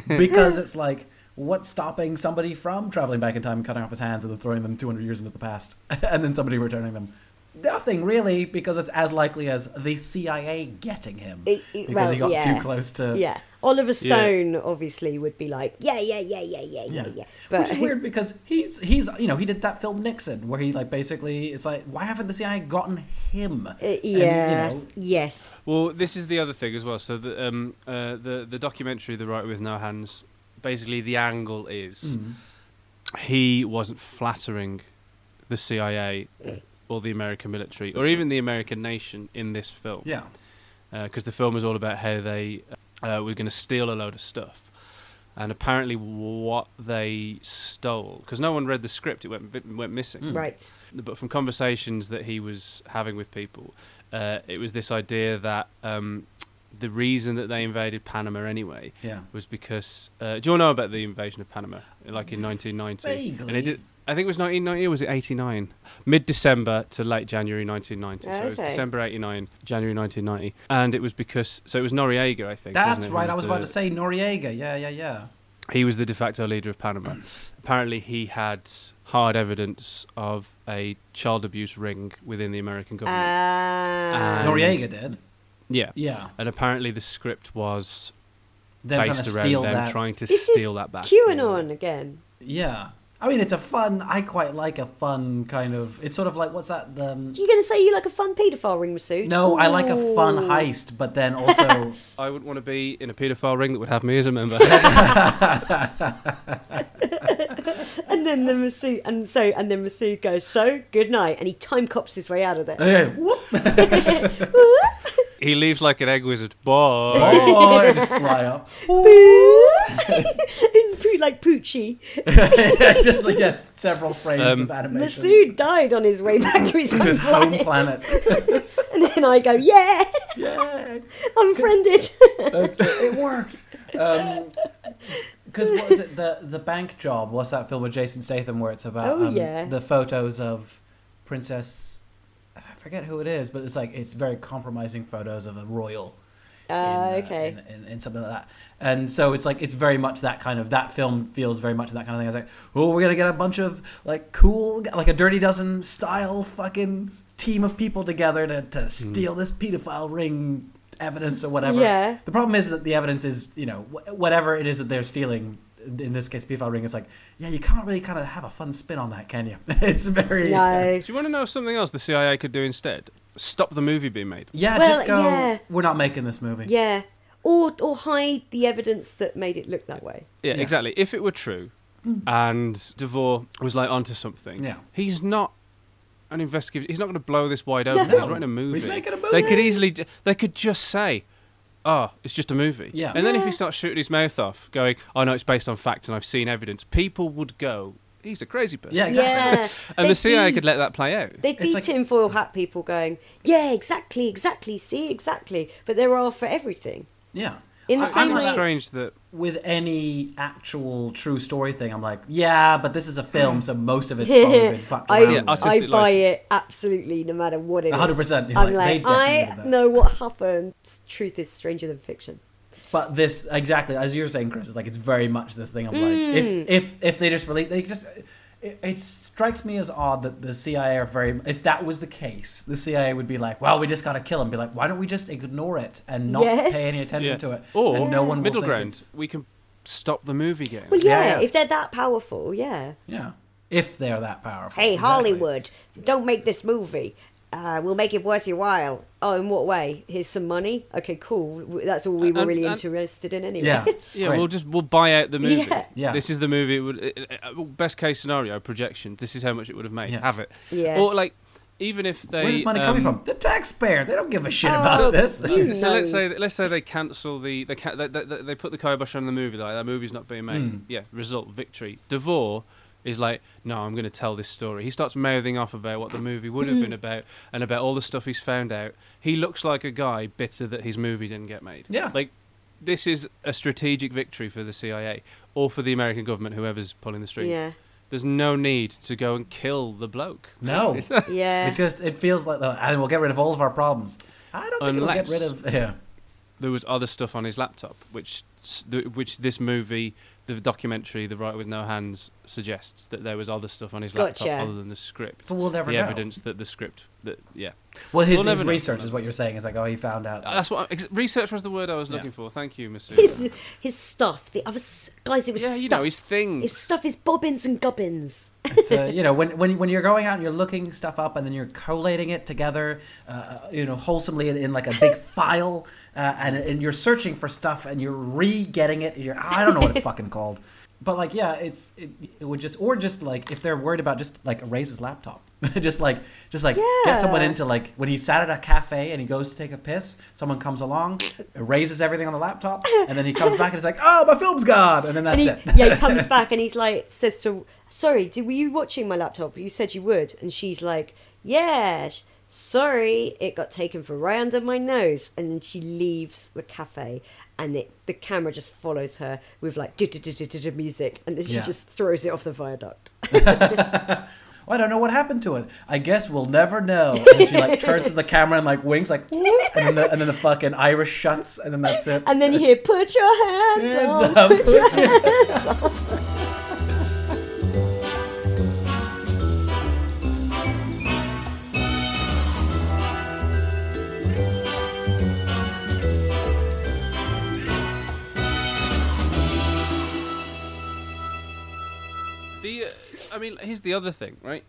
Speaker 1: because it's like what's stopping somebody from traveling back in time and cutting off his hands and then throwing them 200 years into the past and then somebody returning them nothing really because it's as likely as the cia getting him
Speaker 3: It- it-
Speaker 1: because
Speaker 3: well,
Speaker 1: he got
Speaker 3: yeah.
Speaker 1: too close to
Speaker 3: yeah. Oliver Stone obviously would be like, yeah, yeah, yeah, yeah, yeah, yeah, yeah. But
Speaker 1: Which is weird because he's he's you know he did that film Nixon where he like basically it's like why haven't the CIA gotten him?
Speaker 3: uh,
Speaker 1: And, you
Speaker 3: yeah,
Speaker 1: know,
Speaker 3: yes,
Speaker 2: Well, this is the other thing as well. So the um, uh, the the documentary, The Writer with No Hands, basically the angle
Speaker 1: Hmm.
Speaker 2: is he wasn't flattering the CIA or the American military or even the American nation in this film.
Speaker 1: yeah,
Speaker 2: Because Uh, the film was all about how they uh, were going to steal a load of stuff. And apparently, what they stole, because no one read the script, it went, it went missing
Speaker 1: Hmm.
Speaker 3: Hmm. right.
Speaker 2: but from conversations that he was having with people, uh, it was this idea that um, the reason that they invaded Panama anyway
Speaker 1: Yeah.
Speaker 2: was because. Uh, do you all know about the invasion of Panama, like in 1990? And
Speaker 1: Vaguely.
Speaker 2: it did, I think it was 1990 or was it 89? Mid December to late January 1990. So it
Speaker 3: Okay.
Speaker 2: was December 89, January 1990. And it was because. So it was Noriega, I think. wasn't
Speaker 1: that's
Speaker 2: it, who
Speaker 1: right.
Speaker 2: was
Speaker 1: I was
Speaker 2: the-
Speaker 1: about to say Noriega. Yeah, yeah, yeah.
Speaker 2: he was the de facto leader of Panama. Apparently, he had hard evidence of a child abuse ring within the American
Speaker 1: Hmm.
Speaker 2: government.
Speaker 3: Uh,
Speaker 2: And-
Speaker 1: Noriega did.
Speaker 2: yeah.
Speaker 1: Yeah,
Speaker 2: And apparently, the script was
Speaker 1: them trying to
Speaker 2: based
Speaker 1: steal
Speaker 2: around them
Speaker 1: that.
Speaker 2: trying to
Speaker 3: this
Speaker 2: steal
Speaker 3: is
Speaker 2: that back.
Speaker 3: QAnon again.
Speaker 1: Yeah, I mean it's a fun. I quite like a fun kind of. It's sort of like what's that? The um,
Speaker 3: You're going to say you like a fun paedophile ring suit?
Speaker 1: no, I like a fun
Speaker 3: Ooh.
Speaker 1: heist, but then also
Speaker 2: I wouldn't want to be in a paedophile ring that would have me as a member.
Speaker 3: And then the Masu and so and then Masu goes so good night, and he time cops his way out of there.
Speaker 1: Hey, whoop,
Speaker 2: he leaves like an egg wizard. Bye.
Speaker 1: oh, and just fly up,
Speaker 3: and poo like Poochie.
Speaker 1: just like yeah, several
Speaker 2: Um,
Speaker 1: frames of animation.
Speaker 3: Masood died on his way back to his
Speaker 1: to
Speaker 3: home
Speaker 1: his home
Speaker 3: planet.
Speaker 1: planet.
Speaker 3: And then I go, yeah,
Speaker 1: Yay!
Speaker 3: unfriended.
Speaker 1: That's it. It worked. Because what is it? The the bank job. What's that film with Jason Statham where it's about
Speaker 3: Oh,
Speaker 1: um,
Speaker 3: yeah.
Speaker 1: the photos of Princess? I forget who it is, but it's like it's very compromising photos of a royal. in,
Speaker 3: Ah, okay.
Speaker 1: in, in, in something like that, and so it's like it's very much that kind of that film feels very much that kind of thing. I was like, oh, we're gonna get a bunch of like cool, like a Dirty Dozen style fucking team of people together to to steal this pedophile ring evidence or whatever.
Speaker 3: Yeah.
Speaker 1: The problem is that the evidence is, you know, wh- whatever it is that they're stealing. In this case, pedophile ring. It's like, yeah, you can't really kind of have a fun spin on that, can you? it's very
Speaker 3: no.
Speaker 2: Do you want to know something else the CIA could do instead? Stop the movie being made.
Speaker 1: Yeah,
Speaker 3: Well,
Speaker 1: just go.
Speaker 3: yeah.
Speaker 1: We're not making this movie.
Speaker 3: Yeah. Or or hide the evidence that made it look that way.
Speaker 2: Yeah,
Speaker 1: Yeah. Mm.
Speaker 2: exactly. If it were true and DeVore was like onto something,
Speaker 1: Yeah.
Speaker 2: he's not an investigative. He's not going to blow this wide open.
Speaker 1: No.
Speaker 2: He's writing a movie.
Speaker 1: He's making a
Speaker 2: They
Speaker 1: movie.
Speaker 2: could easily, ju- they could just say, oh, it's just a movie.
Speaker 1: Yeah.
Speaker 2: And then if he starts shooting his mouth off, going, oh no, it's based on fact and I've seen evidence, people would go, he's a crazy person.
Speaker 1: Yeah, exactly.
Speaker 3: Yeah.
Speaker 2: And
Speaker 3: They'd
Speaker 2: the CIA
Speaker 3: be-
Speaker 2: could let that play out.
Speaker 3: They'd be
Speaker 1: It's like-
Speaker 3: tinfoil hat people going, yeah, exactly, exactly, see, exactly. But there are for everything.
Speaker 1: Yeah.
Speaker 3: In the
Speaker 1: I-
Speaker 3: same
Speaker 1: I'm
Speaker 2: It's
Speaker 3: way-
Speaker 1: like-
Speaker 2: strange that
Speaker 1: with any actual true story thing, I'm like, yeah, but this is a
Speaker 3: Mm.
Speaker 1: film, so most of it's probably been fucked
Speaker 3: I,
Speaker 1: around.
Speaker 2: Yeah,
Speaker 1: with.
Speaker 2: artistic
Speaker 3: I buy
Speaker 2: license.
Speaker 3: it absolutely, no matter what it is.
Speaker 1: 100%, you're
Speaker 3: I'm
Speaker 1: like,
Speaker 3: like,
Speaker 1: they definitely
Speaker 3: I
Speaker 1: did that.
Speaker 3: know what happened. Truth is stranger than fiction.
Speaker 1: But this exactly as you were saying, Chris, it's like it's very much this thing of like
Speaker 3: Hmm.
Speaker 1: if if if they just release, they just. It, it strikes me as odd that the CIA are very. If that was the case, the CIA would be like, "Well, we just got to kill him." Be like, "Why don't we just ignore it and not
Speaker 3: Yes.
Speaker 1: pay any attention
Speaker 2: Yeah.
Speaker 1: to it?"
Speaker 2: Or
Speaker 1: and no one will
Speaker 2: middle
Speaker 1: think
Speaker 2: ground,
Speaker 1: it's-
Speaker 2: we can stop the movie game.
Speaker 3: Well,
Speaker 1: Yeah,
Speaker 3: yeah,
Speaker 1: yeah.
Speaker 3: if they're that powerful, yeah.
Speaker 1: Yeah, if they're that powerful.
Speaker 3: Hey,
Speaker 1: exactly.
Speaker 3: Hollywood, don't make this movie. uh, we'll make it worth your while. Oh, in what way? Here's some money. Okay, cool. W- That's all we were
Speaker 2: And-
Speaker 3: really
Speaker 2: and-
Speaker 3: interested in anyway.
Speaker 1: Yeah.
Speaker 2: Yeah,
Speaker 1: Great.
Speaker 2: we'll just we'll buy out the movie.
Speaker 3: Yeah.
Speaker 1: Yeah.
Speaker 2: This is the movie. It would, uh, uh, best case scenario projection. This is how much it would have made.
Speaker 1: Yeah.
Speaker 2: Have it.
Speaker 3: Yeah.
Speaker 2: Or like, even if they.
Speaker 1: Where's this money coming
Speaker 2: um,
Speaker 1: from? The taxpayer. They don't give a shit
Speaker 3: Oh,
Speaker 1: about
Speaker 3: so-
Speaker 1: this.
Speaker 3: you
Speaker 2: So let's
Speaker 3: know.
Speaker 2: say let's say they cancel the they, ca- they, they, they put the kibosh on the movie like that movie's not being made.
Speaker 1: Hmm.
Speaker 2: Yeah, result victory. Devore is like, no, I'm going to tell this story. He starts mouthing off about what the movie would have been about and about all the stuff he's found out. He looks like a guy bitter that his movie didn't get made.
Speaker 1: Yeah.
Speaker 2: like this is a strategic victory for the CIA or for the American government, whoever's pulling the strings.
Speaker 3: Yeah.
Speaker 2: There's no need to go and kill the bloke.
Speaker 1: No.
Speaker 2: It's not-
Speaker 3: Yeah.
Speaker 1: It just it feels like the, and we'll get rid of all of our problems. I don't think
Speaker 2: Unless-
Speaker 1: we'll get rid of yeah.
Speaker 2: there was other stuff on his laptop, which s- th- which this movie, the documentary, The Right with No Hands suggests that there was other stuff on his
Speaker 3: Gotcha.
Speaker 2: laptop other than the script.
Speaker 1: So we'll never
Speaker 2: the
Speaker 1: know.
Speaker 2: evidence that the script that yeah.
Speaker 1: Well, his,
Speaker 2: We'll
Speaker 1: his
Speaker 2: never know.
Speaker 1: research is what you're saying. It's like, oh, he found out.
Speaker 2: Uh, That's what I, ex- research was the word I was
Speaker 1: Yeah.
Speaker 2: looking for. Thank you, Mr.
Speaker 3: His, his stuff, the other s- guys, it was
Speaker 2: yeah,
Speaker 3: stuff.
Speaker 2: you know his thing.
Speaker 3: his stuff is bobbins and gubbins.
Speaker 1: So, you know, when, when when you're going out and you're looking stuff up and then you're collating it together, uh, you know, wholesomely in, in like a big file, uh, and and you're searching for stuff and you're re-getting it. and You're I don't know what it's fucking called, but like yeah, it's it, it would just or just like if they're worried about just like erase his laptop, just like just like get someone
Speaker 3: Yeah.
Speaker 1: into like when he's sat at a cafe and he goes to take a piss, someone comes along, erases everything on the laptop, and then he comes back and he's like, oh, my film's gone, and then that's
Speaker 3: And he,
Speaker 1: it.
Speaker 3: yeah, he comes back and he's like, says to, sorry, did, were you watching my laptop? You said you would. And she's like, yeah, sh- sorry, it got taken from right under my nose. And then she leaves the cafe and it, the camera just follows her with like du-du-du-du-du-du music. And then she
Speaker 1: Yeah.
Speaker 3: just throws it off the viaduct.
Speaker 1: "Well, Oh, I don't know what happened to it. I guess we'll never know. And she like turns to the camera and like winks, like, and then the, and then the fucking iris shuts, and then that's it. um,
Speaker 3: And then you hear, put your hands
Speaker 1: Hands
Speaker 3: on.
Speaker 1: up.
Speaker 3: Put your
Speaker 2: The, uh, I mean, here's the other thing, right?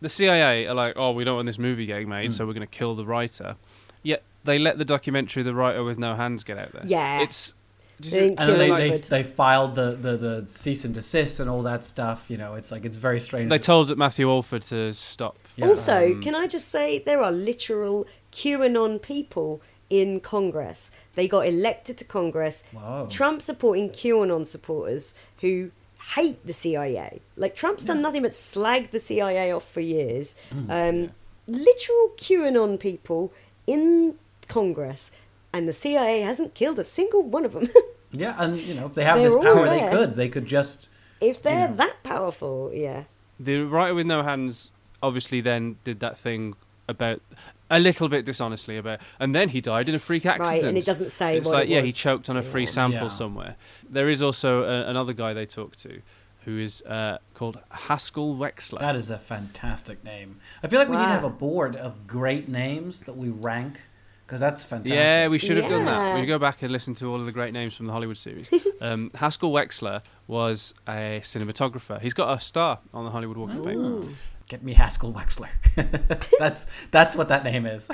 Speaker 2: The CIA are like, oh, we don't want this movie getting made,
Speaker 1: Mm.
Speaker 2: so we're going to kill the writer. Yet they let the documentary "The Writer with No Hands" get out there.
Speaker 3: Yeah.
Speaker 2: it's do you
Speaker 3: They
Speaker 2: see-
Speaker 3: didn't
Speaker 1: And then
Speaker 3: kill
Speaker 1: they, they,
Speaker 3: Langford.
Speaker 1: they filed the, the, the cease and desist and all that stuff. You know, it's like it's very strange.
Speaker 2: They told Matthew Alford to stop.
Speaker 1: Yeah.
Speaker 3: Also, can I just say there are literal QAnon people in Congress. They got elected to Congress.
Speaker 1: Wow.
Speaker 3: Trump supporting QAnon supporters who hate the CIA. Like Trump's done nothing but slag the CIA off for years.
Speaker 1: Mm.
Speaker 3: um, Literal QAnon people in Congress, and the CIA hasn't killed a single one of them.
Speaker 1: yeah, and you know, if they have
Speaker 3: They're
Speaker 1: this
Speaker 3: all
Speaker 1: power, they
Speaker 3: there.
Speaker 1: could. They could just.
Speaker 3: if they're
Speaker 1: Yeah.
Speaker 3: that powerful, yeah.
Speaker 2: The writer with no hands obviously then did that thing about a little bit dishonestly about, and then he died in a freak
Speaker 3: Right, and
Speaker 2: accident.
Speaker 3: it doesn't say
Speaker 2: It's
Speaker 3: what
Speaker 2: like
Speaker 3: it
Speaker 2: yeah, he
Speaker 3: was.
Speaker 2: choked on a free sample
Speaker 1: Yeah.
Speaker 2: somewhere. There is also a, another guy they talk to, who is uh, called Haskell Wexler.
Speaker 1: That is a fantastic name. I feel like we need to
Speaker 3: Wow.
Speaker 1: have a board of great names that we rank because that's fantastic.
Speaker 2: Yeah, we should have done that.
Speaker 3: Yeah.
Speaker 2: We should go back and listen to all of the great names from the Hollywood series. um, Haskell Wexler was a cinematographer. He's got a star on the Hollywood Walk of Fame.
Speaker 1: Get me Haskell Wexler. that's that's what that name is.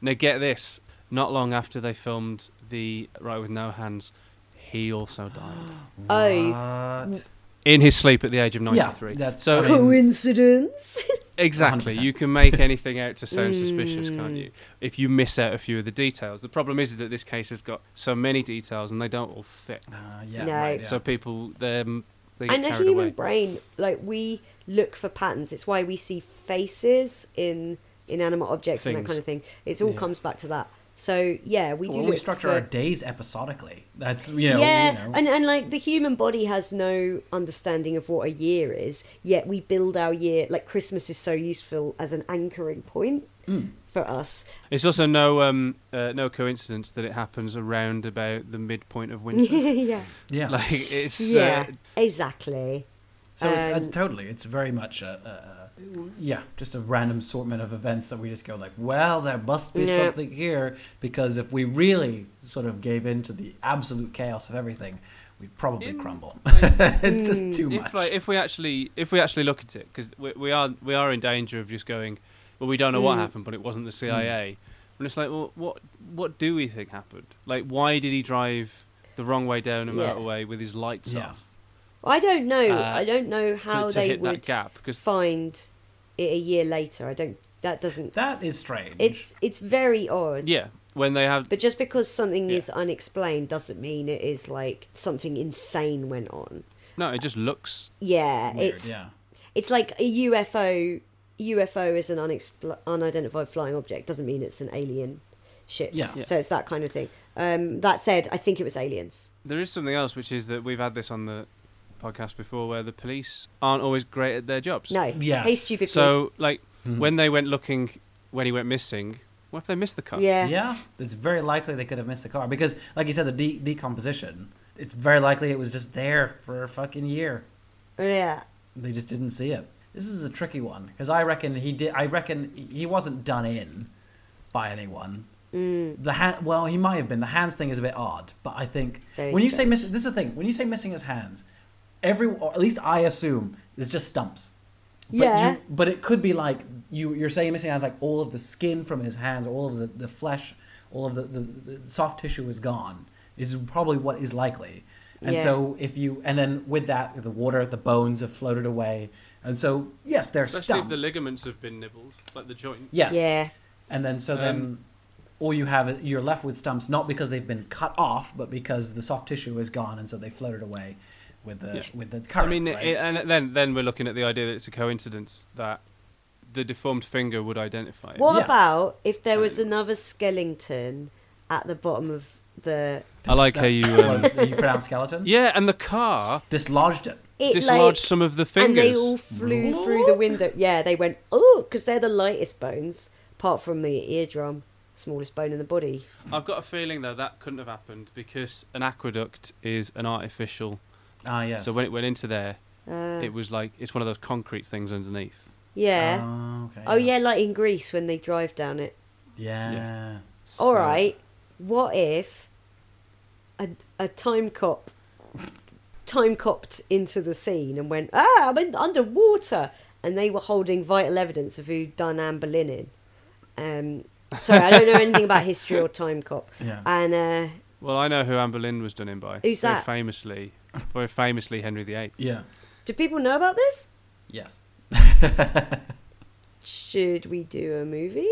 Speaker 2: Now get this: not long after they filmed the Right with No Hands, he also died
Speaker 3: Oh,
Speaker 1: But-
Speaker 2: in his sleep at the age of
Speaker 1: Yeah,
Speaker 2: ninety-three.
Speaker 1: that's-
Speaker 2: so
Speaker 1: I mean-
Speaker 3: coincidence.
Speaker 2: exactly,
Speaker 1: 100%.
Speaker 2: you can make anything out to sound suspicious, can't
Speaker 1: Mm.
Speaker 2: you? If you miss out a few of the details. The problem is that this case has got so many details, and they don't all fit.
Speaker 1: Uh, yeah,
Speaker 3: No.
Speaker 1: right, yeah.
Speaker 2: So people, they're, they get
Speaker 3: and the
Speaker 2: carried
Speaker 3: human
Speaker 2: away.
Speaker 3: brain like we look for patterns it's why we see faces in inanimate objects and
Speaker 2: Things.
Speaker 3: that kind of thing it all
Speaker 1: Yeah.
Speaker 3: comes back to that so yeah we do
Speaker 1: Well,
Speaker 3: look
Speaker 1: we structure
Speaker 3: for-
Speaker 1: our days episodically. That's you know,
Speaker 3: yeah
Speaker 1: you know.
Speaker 3: and, and like the human body has no understanding of what a year is yet we build our year like christmas is so useful as an anchoring point
Speaker 1: Hmm.
Speaker 3: for us
Speaker 2: It's also no um, uh, no coincidence that it happens around about the midpoint of winter.
Speaker 3: yeah
Speaker 1: yeah.
Speaker 2: like it's
Speaker 3: yeah
Speaker 2: uh,
Speaker 3: exactly
Speaker 1: so it's uh,
Speaker 3: um,
Speaker 1: totally, it's very much a, a, a yeah, just a random assortment of events that we just go like, well, there must be
Speaker 3: Yeah.
Speaker 1: something here because if we really sort of gave in to the absolute chaos of everything, we'd probably crumble. it's
Speaker 3: Mm.
Speaker 1: just too much.
Speaker 2: if like if we actually if we actually look at it because we, we are we are in danger of just going But we don't know
Speaker 3: Mm.
Speaker 2: what happened, but it wasn't the CIA. And it's like, well, what what do we think happened? Like, why did he drive the wrong way down a
Speaker 3: Yeah.
Speaker 2: motorway with his lights
Speaker 1: Yeah.
Speaker 2: off
Speaker 3: I don't know.
Speaker 2: Uh,
Speaker 3: I don't know
Speaker 2: to,
Speaker 3: how
Speaker 2: to
Speaker 3: they
Speaker 2: hit
Speaker 3: would
Speaker 2: that gap? Because
Speaker 3: find it a year later. I don't. That doesn't.
Speaker 1: That is strange.
Speaker 3: It's it's very odd.
Speaker 2: yeah, when they have
Speaker 3: But just because something
Speaker 2: Yeah.
Speaker 3: is unexplained doesn't mean it is like something insane went on.
Speaker 2: no, it just looks
Speaker 3: Yeah,
Speaker 1: Weird,
Speaker 3: it's
Speaker 1: yeah.
Speaker 3: it's like a UFO. UFO is an unexpl- unidentified flying object. Doesn't mean it's an alien ship.
Speaker 1: Yeah. Yeah.
Speaker 3: So it's that kind of thing. Um, that said, I think it was aliens.
Speaker 2: There is something else, which is that we've had this on the podcast before, where the police aren't always great at their jobs.
Speaker 3: No.
Speaker 1: Yes.
Speaker 3: Hey, stupid.
Speaker 2: So, like, when they went looking, when he went missing, what if they missed the car?
Speaker 3: miss. Yeah.
Speaker 1: Yeah, it's very likely they could have missed the car because, like you said, the de- decomposition. It's very likely it was just there for a fucking year. uh,
Speaker 3: Yeah.
Speaker 1: They just didn't see it. This is a tricky one because I reckon he did. I reckon he wasn't done in by anyone.
Speaker 3: Mm.
Speaker 1: The hand. Well, he might have been. The hands thing is a bit odd, but I think
Speaker 3: Very
Speaker 1: when you say
Speaker 3: strange.
Speaker 1: missing, this is the thing. When you say missing his hands, every or at least I assume it's just stumps. But
Speaker 3: Yeah.
Speaker 1: You, but it could be like you. You're saying missing hands, like all of the skin from his hands, all of the, the flesh, all of the, the, the soft tissue is gone. Is probably what is likely. And
Speaker 3: Yeah.
Speaker 1: so if you and then with that the water, the bones have floated away. And so yes, they're
Speaker 2: Especially
Speaker 1: stumps.
Speaker 2: if the ligaments have been nibbled, like the joints.
Speaker 1: Yes.
Speaker 3: Yeah.
Speaker 1: And then so
Speaker 2: Um,
Speaker 1: then all you have is- you're left with stumps not because they've been cut off, but because the soft tissue is gone and so they floated away with the
Speaker 2: Yeah.
Speaker 1: with the
Speaker 2: I
Speaker 1: current.
Speaker 2: mean,
Speaker 1: right?
Speaker 2: it, uh, and then then we're looking at the idea that it's a coincidence that the deformed finger would identify it.
Speaker 3: What
Speaker 1: Yeah.
Speaker 3: about if there was another skeleton at the bottom of the?
Speaker 2: I like
Speaker 1: That-
Speaker 2: how you.
Speaker 1: well,
Speaker 2: Um,
Speaker 1: you pronounce skeleton?
Speaker 2: yeah, and the car
Speaker 1: Dislodged it.
Speaker 3: It
Speaker 2: dislodged
Speaker 3: like-
Speaker 2: some of the fingers.
Speaker 3: And they all flew through the window. Yeah, they went, oh, because they're the lightest bones, apart from the eardrum, smallest bone in the body.
Speaker 2: I've got a feeling though that couldn't have happened because an aqueduct is an artificial.
Speaker 1: Ah yes.
Speaker 2: So when it went into there,
Speaker 3: Uh.
Speaker 2: it was like it's one of those concrete things underneath.
Speaker 3: Yeah.
Speaker 1: Ah, okay.
Speaker 3: oh, yeah, like in Greece when they drive down it.
Speaker 1: Yeah.
Speaker 3: All
Speaker 2: So-
Speaker 3: right, what if a, a time cop time copped into the scene and went, ah, I'm in, underwater, and they were holding vital evidence of who done Anne Boleyn in. Um, sorry, I don't know anything about history or time cop.
Speaker 1: Yeah.
Speaker 3: And uh,
Speaker 2: Well, I know who Anne Boleyn was done in by.
Speaker 3: Who's
Speaker 2: very
Speaker 3: that?
Speaker 2: Famously, very famously Henry VIII.
Speaker 1: Yeah.
Speaker 3: do people know about this?
Speaker 1: Yes.
Speaker 3: should we do a movie?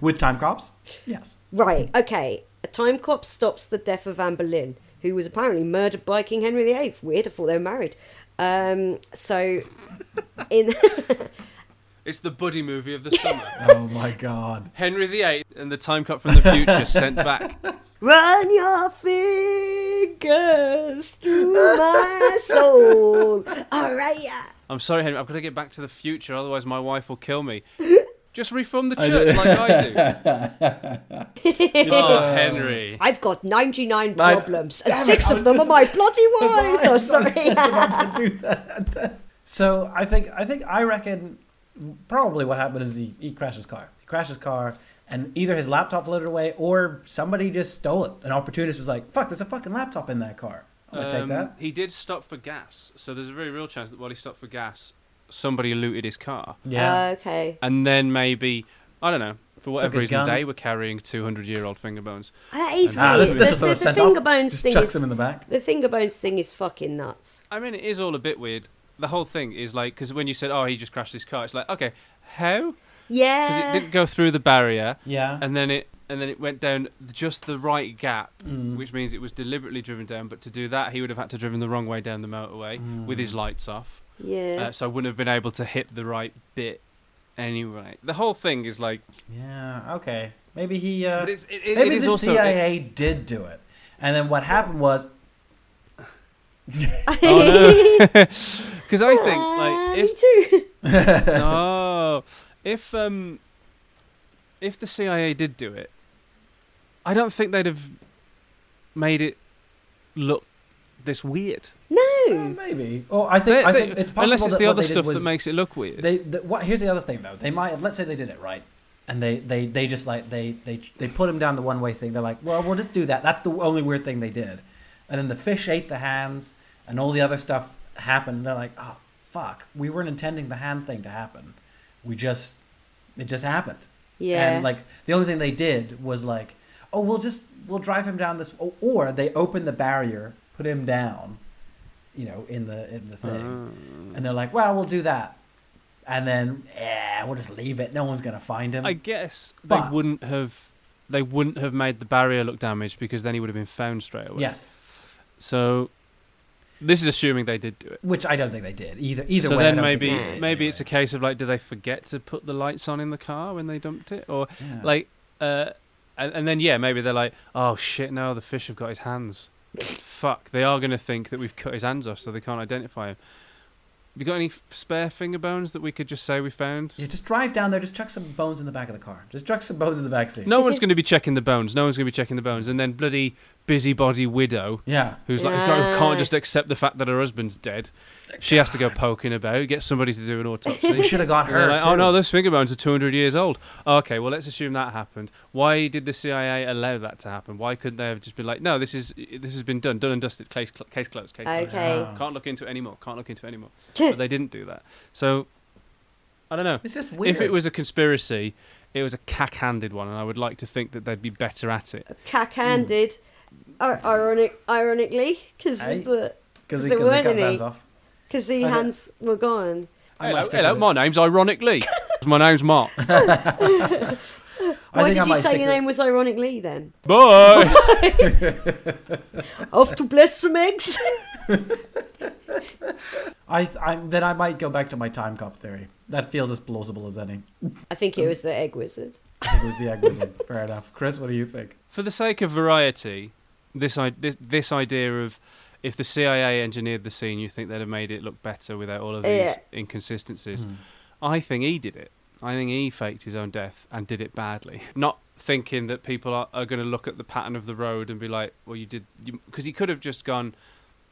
Speaker 1: With time cops? Yes.
Speaker 3: right, okay. A time cop stops the death of Anne Boleyn, who was apparently murdered by King Henry VIII. Weird, I thought they were married. Um, so, in
Speaker 2: It's the buddy movie of the summer.
Speaker 1: Oh my god.
Speaker 2: Henry VIII and the time cop from the future sent back.
Speaker 3: run your fingers through my soul. All right, yeah.
Speaker 2: I'm sorry, Henry. I've got to get back to the future, otherwise my wife will kill me. Just reform the church like I do.
Speaker 1: Um,
Speaker 2: oh, Henry.
Speaker 3: I've got 99
Speaker 1: Nine-
Speaker 3: problems, and
Speaker 1: Damn it,
Speaker 3: six
Speaker 1: I
Speaker 3: of
Speaker 1: was
Speaker 3: them are
Speaker 1: just-
Speaker 3: my bloody wives. I'm
Speaker 1: Don't
Speaker 3: sorry.
Speaker 1: want to do that. So I think I think I reckon probably what happened is he, he crashed his car. He crashed his car and either his laptop floated away or somebody just stole it. An opportunist was like, Fuck, there's a fucking laptop in that car. I'm gonna take
Speaker 2: Um,
Speaker 1: that.
Speaker 2: He did stop for gas, so there's a very real chance that while he stopped for gas, somebody looted his car,
Speaker 3: okay.
Speaker 2: and then maybe I don't know for whatever
Speaker 1: his
Speaker 2: reason
Speaker 1: gun.
Speaker 2: they were carrying 200 year old finger bones.
Speaker 3: That is
Speaker 2: Ah,
Speaker 3: weird.
Speaker 2: this-
Speaker 1: this
Speaker 3: the,
Speaker 1: is
Speaker 3: the-
Speaker 1: what I
Speaker 3: the
Speaker 1: sent off.
Speaker 3: finger bones
Speaker 1: Just
Speaker 3: thing
Speaker 1: chucks
Speaker 3: is
Speaker 1: them in the back.
Speaker 3: the finger bones thing is fucking nuts.
Speaker 2: I mean, it is all a bit weird. The whole thing is like because when you said, "Oh, he just crashed his car," it's like, okay, how? Because
Speaker 3: Yeah.
Speaker 2: it didn't go through the barrier,
Speaker 1: Yeah.
Speaker 2: and then it and then it went down just the right gap,
Speaker 1: Mm.
Speaker 2: which means it was deliberately driven down. But to do that, he would have had to driven the wrong way down the motorway
Speaker 1: Mm.
Speaker 2: with his lights off,
Speaker 3: yeah.
Speaker 2: uh, so I wouldn't have been able to hit the right bit. Anyway, the whole thing is like,
Speaker 1: Yeah, okay. Maybe he uh
Speaker 2: but it's, it, it,
Speaker 1: Maybe
Speaker 2: it is
Speaker 1: the
Speaker 2: also. it-
Speaker 1: CIA did do it. And then what happened was
Speaker 2: oh no, because I think
Speaker 3: Ah,
Speaker 2: like
Speaker 3: me
Speaker 2: if
Speaker 3: too.
Speaker 2: oh, if um, if the CIA did do it, I don't think they'd have made it look this weird.
Speaker 1: "Eh,
Speaker 3: No.
Speaker 1: maybe. Oh, I think I
Speaker 2: They-
Speaker 1: think
Speaker 2: they-
Speaker 1: it's possible
Speaker 2: unless it's
Speaker 1: that
Speaker 2: the
Speaker 1: what
Speaker 2: other
Speaker 1: they did
Speaker 2: stuff
Speaker 1: was,
Speaker 2: that makes it look weird.
Speaker 1: they the, what here's the other thing though they might have let's say they did it right and they they they just like they they they put him down the one way thing they're like well we'll just do that that's the only weird thing they did and then the fish ate the hands and all the other stuff happened they're like oh fuck we weren't intending the hand thing to happen we just it just happened.
Speaker 3: Yeah.
Speaker 1: And like the only thing they did was like, oh, we'll just we'll drive him down this, or, or they open the barrier, put him down, you know, in the in the thing, and they're like, well, we'll do that, and then yeah, we'll just leave it. No one's gonna find him.
Speaker 2: I guess
Speaker 1: But-
Speaker 2: they wouldn't have they wouldn't have made the barrier look damaged because then he would have been found straight away.
Speaker 1: yes.
Speaker 2: So this is assuming they did do it.
Speaker 1: Which I don't think they did either. Either
Speaker 2: so
Speaker 1: way, I
Speaker 2: then
Speaker 1: don't think
Speaker 2: maybe
Speaker 1: they did
Speaker 2: maybe
Speaker 1: anyway.
Speaker 2: it's a case of like, do they forget to put the lights on in the car when they dumped it, or
Speaker 1: Yeah.
Speaker 2: like, uh, and, and then yeah, maybe they're like, oh shit, no, the fish have got his hands. Fuck, they are gonna think that we've cut his hands off, so they can't identify him. You got any f- spare finger bones that we could just say we found?
Speaker 1: Yeah, just drive down there. Just chuck some bones in the back of the car. Just chuck some bones in the back seat.
Speaker 2: No one's going to be checking the bones. No one's going to be checking the bones. And then bloody busybody widow,
Speaker 1: Yeah.
Speaker 2: who's like can't-
Speaker 3: Aye.
Speaker 2: can't just accept the fact that her husband's dead. She has to go poking about, get somebody to do an
Speaker 1: They
Speaker 2: autopsy.
Speaker 1: should have got
Speaker 2: And they're
Speaker 1: her.
Speaker 2: like, oh
Speaker 1: too."
Speaker 2: no, those finger bones are 200 years old. Okay, well let's assume that happened. Why did the CIA allow that to happen? Why couldn't they have just been like, no, this is this has been done, done and dusted, case cl- case closed, case closed.
Speaker 3: Okay.
Speaker 1: Ah.
Speaker 2: Can't look into it anymore. Can't look into it anymore. but they didn't do that. So I don't know.
Speaker 1: It's just weird.
Speaker 2: If it was a conspiracy, it was a cack-handed one, and I would like to think that they'd be better at it.
Speaker 3: cack-handed,
Speaker 2: Hmm.
Speaker 3: I- ironic, ironically, because
Speaker 1: Hey.
Speaker 3: the
Speaker 1: because
Speaker 3: there
Speaker 1: because
Speaker 3: weren't
Speaker 1: cut
Speaker 3: any.
Speaker 1: hands off.
Speaker 3: because the
Speaker 1: I don't-
Speaker 3: hands were gone.
Speaker 1: I
Speaker 2: hello,
Speaker 1: might stick
Speaker 2: hello,
Speaker 1: with it.
Speaker 2: my name's ironically. my name's Mark.
Speaker 1: I
Speaker 3: Why
Speaker 1: think I
Speaker 3: did you
Speaker 1: might
Speaker 3: say
Speaker 1: stick
Speaker 3: your
Speaker 1: with-
Speaker 3: name was ironically then?
Speaker 2: Bye.
Speaker 3: Off to bless some eggs.
Speaker 1: I, I then I might go back to my time cop theory. That feels as plausible as any.
Speaker 3: I think it was the egg wizard.
Speaker 1: It was the egg wizard. Fair enough. Chris, what do you think?
Speaker 2: For the sake of variety, this i- this this idea of if the CIA engineered the scene, you think they'd have made it look better without all of these
Speaker 3: Yeah.
Speaker 2: inconsistencies. I think he did it. I think he faked his own death and did it badly. Not thinking that people are, are going to look at the pattern of the road and be like, "Well, you did," because he could have just gone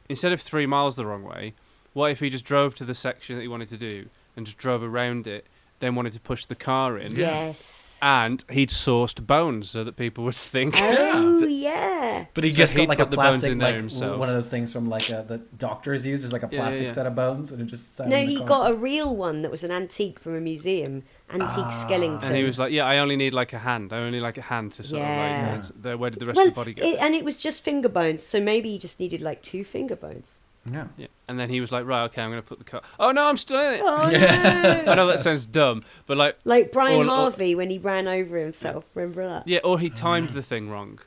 Speaker 2: instead of three miles the wrong way. What if he just drove to the section that he wanted to do and just drove around it, then wanted to push the car in?
Speaker 3: Yes.
Speaker 2: And he'd sourced bones so that people would think
Speaker 3: Oh yeah.
Speaker 1: But he
Speaker 2: So
Speaker 1: just
Speaker 2: he
Speaker 1: got like a
Speaker 2: put the bones
Speaker 1: plastic,
Speaker 2: in there
Speaker 1: like
Speaker 2: himself.
Speaker 1: one of those things from like uh the doctors use. There's like a
Speaker 2: Yeah, yeah,
Speaker 1: plastic
Speaker 2: yeah.
Speaker 1: set of bones, and it just sat
Speaker 3: No,
Speaker 1: in the
Speaker 3: he
Speaker 1: car.
Speaker 3: got a real one that was an antique from a museum, antique skeleton.
Speaker 2: Ah, And he was like, "Yeah, I only need like a hand. I only like a hand to sort
Speaker 3: Yeah.
Speaker 2: of like. and then where did the rest
Speaker 3: well,
Speaker 2: of the body go?
Speaker 3: it, uh, and it was just finger bones, so maybe he just needed like two finger bones.
Speaker 1: yeah.
Speaker 2: yeah. And then he was like, "Right, okay, I'm gonna put the car. Oh no, I'm still in it.
Speaker 3: Oh no!
Speaker 2: I know that sounds dumb, but like,
Speaker 3: Like Brian
Speaker 2: Or- or-
Speaker 3: Harvey when he ran over himself. Remember that?
Speaker 2: yeah, or he timed the thing wrong,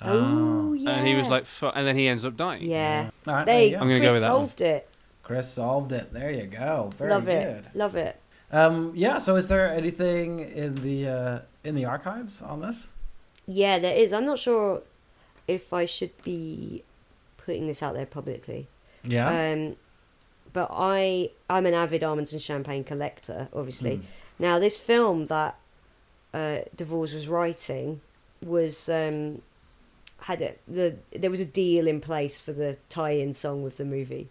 Speaker 3: Oh uh, yeah.
Speaker 2: and he was like, Fu-, and then he ends up dying.
Speaker 3: yeah.
Speaker 1: All right, there
Speaker 3: They
Speaker 1: you go.
Speaker 2: I'm gonna go
Speaker 3: Chris
Speaker 2: with that one.
Speaker 3: solved it.
Speaker 1: Chris solved it. There you go. Very
Speaker 3: Love
Speaker 1: good.
Speaker 3: it. Love it.
Speaker 1: Um, yeah. So, is there anything in the uh, in the archives on this?
Speaker 3: Yeah, there is. I'm not sure if I should be putting this out there publicly.
Speaker 1: Yeah.
Speaker 3: Um, but I I'm an avid almonds and champagne collector,
Speaker 1: Hmm.
Speaker 3: obviously. Now this film that uh, Devors was writing was um, had a, the there was a deal in place for the tie-in song with the movie.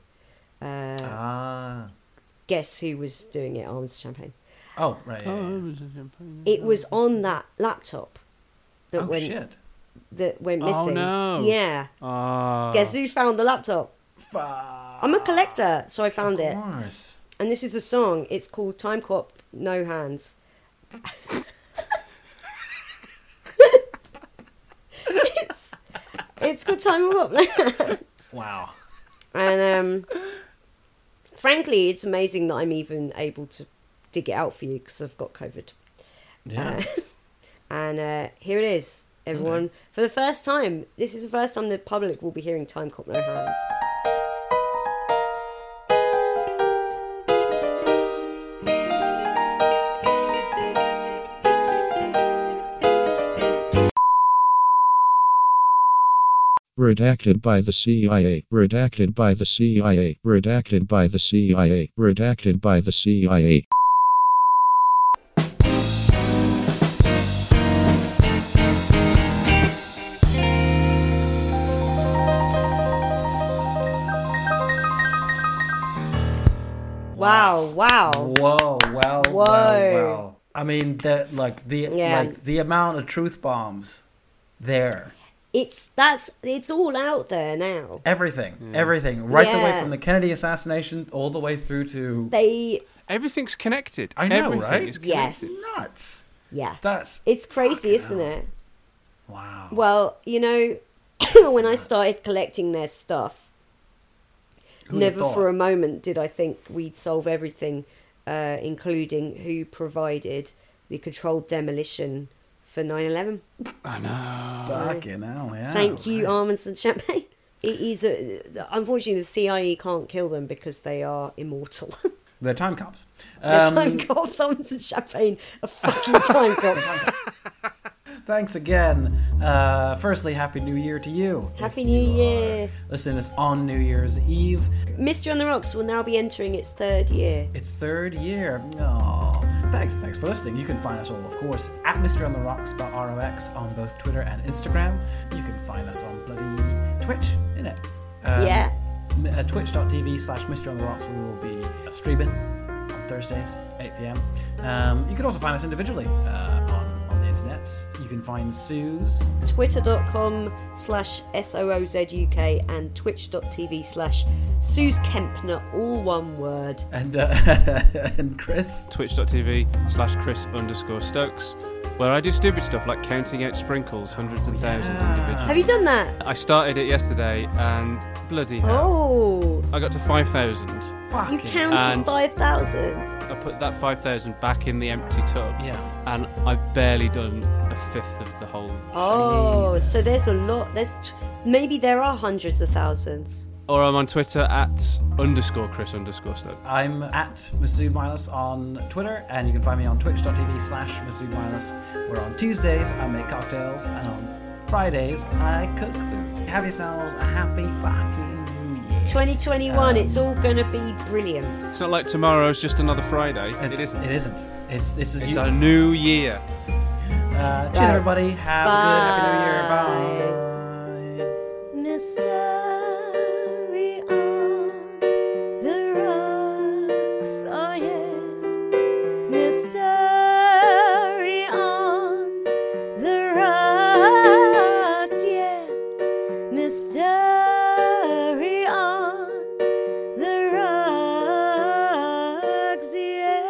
Speaker 3: Uh,
Speaker 1: ah.
Speaker 3: Guess who was doing it? Almonds and champagne.
Speaker 1: Oh right. Yeah, yeah, yeah.
Speaker 3: It was on that laptop that
Speaker 1: Oh
Speaker 3: went
Speaker 1: shit.
Speaker 3: that went
Speaker 2: Oh,
Speaker 3: missing.
Speaker 2: no.
Speaker 3: Yeah.
Speaker 2: Ah.
Speaker 1: Oh.
Speaker 3: Guess who found the laptop? I'm a collector, so I found
Speaker 1: Of
Speaker 3: it.
Speaker 1: course.
Speaker 3: And this is a song. It's called Time Cop No Hands. it's, it's called Time Cop No Hands.
Speaker 1: Wow.
Speaker 3: And um, frankly, it's amazing that I'm even able to dig it out for you because I've got COVID. Uh,
Speaker 1: Yeah.
Speaker 3: And uh, here it is, everyone. For the first time, this is the first time the public will be hearing Time Cop No Hands.
Speaker 5: Redacted by the CIA. Redacted by the CIA. Redacted by the CIA. Redacted by the CIA.
Speaker 3: Wow, wow.
Speaker 1: Whoa, well, well, well. I mean, the like the
Speaker 3: Yeah.
Speaker 1: like the amount of truth bombs there.
Speaker 3: It's that's it's all out there now.
Speaker 1: Everything, everything, right the way
Speaker 3: Yeah.
Speaker 1: from the Kennedy assassination all the way through to
Speaker 3: They
Speaker 2: Everything's connected.
Speaker 1: I know,
Speaker 2: Everything
Speaker 1: right?
Speaker 2: is
Speaker 3: Yes.
Speaker 2: connected.
Speaker 1: nuts.
Speaker 3: yeah.
Speaker 1: That's
Speaker 3: it's crazy, isn't it?
Speaker 1: wow.
Speaker 3: Well, you know, when I started collecting their stuff,
Speaker 1: Who'd have
Speaker 3: never for
Speaker 1: thought?
Speaker 3: a moment did I think we'd solve everything, uh, including who provided the controlled demolition for 9 11.
Speaker 1: Ah, Fucking hell, yeah.
Speaker 3: Thank you,
Speaker 1: Oh, right.
Speaker 3: Armands and Champagne. It is a, unfortunately, the CIE can't kill them because they are immortal.
Speaker 1: They're time cops.
Speaker 3: They're
Speaker 1: Um,
Speaker 3: time cops, Armands and Champagne are fucking time cops.
Speaker 1: Thanks again. Uh, firstly, Happy New Year to you.
Speaker 3: Happy New Year.
Speaker 1: Listen, it's on New Year's Eve.
Speaker 3: Mystery on the Rocks will now be entering its third year.
Speaker 1: It's third year. No. Thanks, thanks for listening. You can find us all, of course, at Mr. on the Rocks by ROX on both Twitter and Instagram. You can find us on bloody Twitch, innit? Um,
Speaker 3: Yeah.
Speaker 1: m- Uh, Twitch.tv slash Mr. on the Rocks. We will be uh, streaming on Thursdays, 8 p.m. Um, you can also find us individually uh, on, on the internets. You can find Sue's
Speaker 3: twitter.com slash s-o-o-z-u-k and twitch.tv slash suze kempner all one word
Speaker 1: and, uh, and Chris.
Speaker 2: Twitch.tv slash Chris underscore Stokes, where I do stupid stuff like counting out sprinkles, hundreds and thousands individually.
Speaker 3: have you done that
Speaker 2: I started it yesterday and bloody hell.
Speaker 3: oh
Speaker 2: I got to 5,000.
Speaker 3: you
Speaker 1: Fucking
Speaker 3: counted
Speaker 2: And-
Speaker 3: 5000
Speaker 2: I put that 5,000 back in the empty tub.
Speaker 1: Yeah.
Speaker 2: And I've barely done a fifth of the whole.
Speaker 3: oh so there's a lot there's t- maybe there are hundreds of thousands
Speaker 2: Or I'm on Twitter at underscore Chris underscore Stokes.
Speaker 1: I'm at Masood Milas on Twitter, and you can find me on twitch.tv slash Masood Milas, where on Tuesdays I make cocktails, and on Fridays I cook food. Have yourselves a happy fucking New Year.
Speaker 3: 2021 it's all gonna be brilliant
Speaker 2: It's not like tomorrowow's just another Friday.
Speaker 1: It's,
Speaker 2: it isn't.
Speaker 1: It isn't. It's, this is
Speaker 2: It's
Speaker 1: you.
Speaker 2: a new year.
Speaker 1: Uh, cheers, everybody. Have a good, happy New Year. Bye.
Speaker 3: Mystery on the rocks, oh yeah. Mystery on the rocks, yeah. Mystery on the rocks, yeah.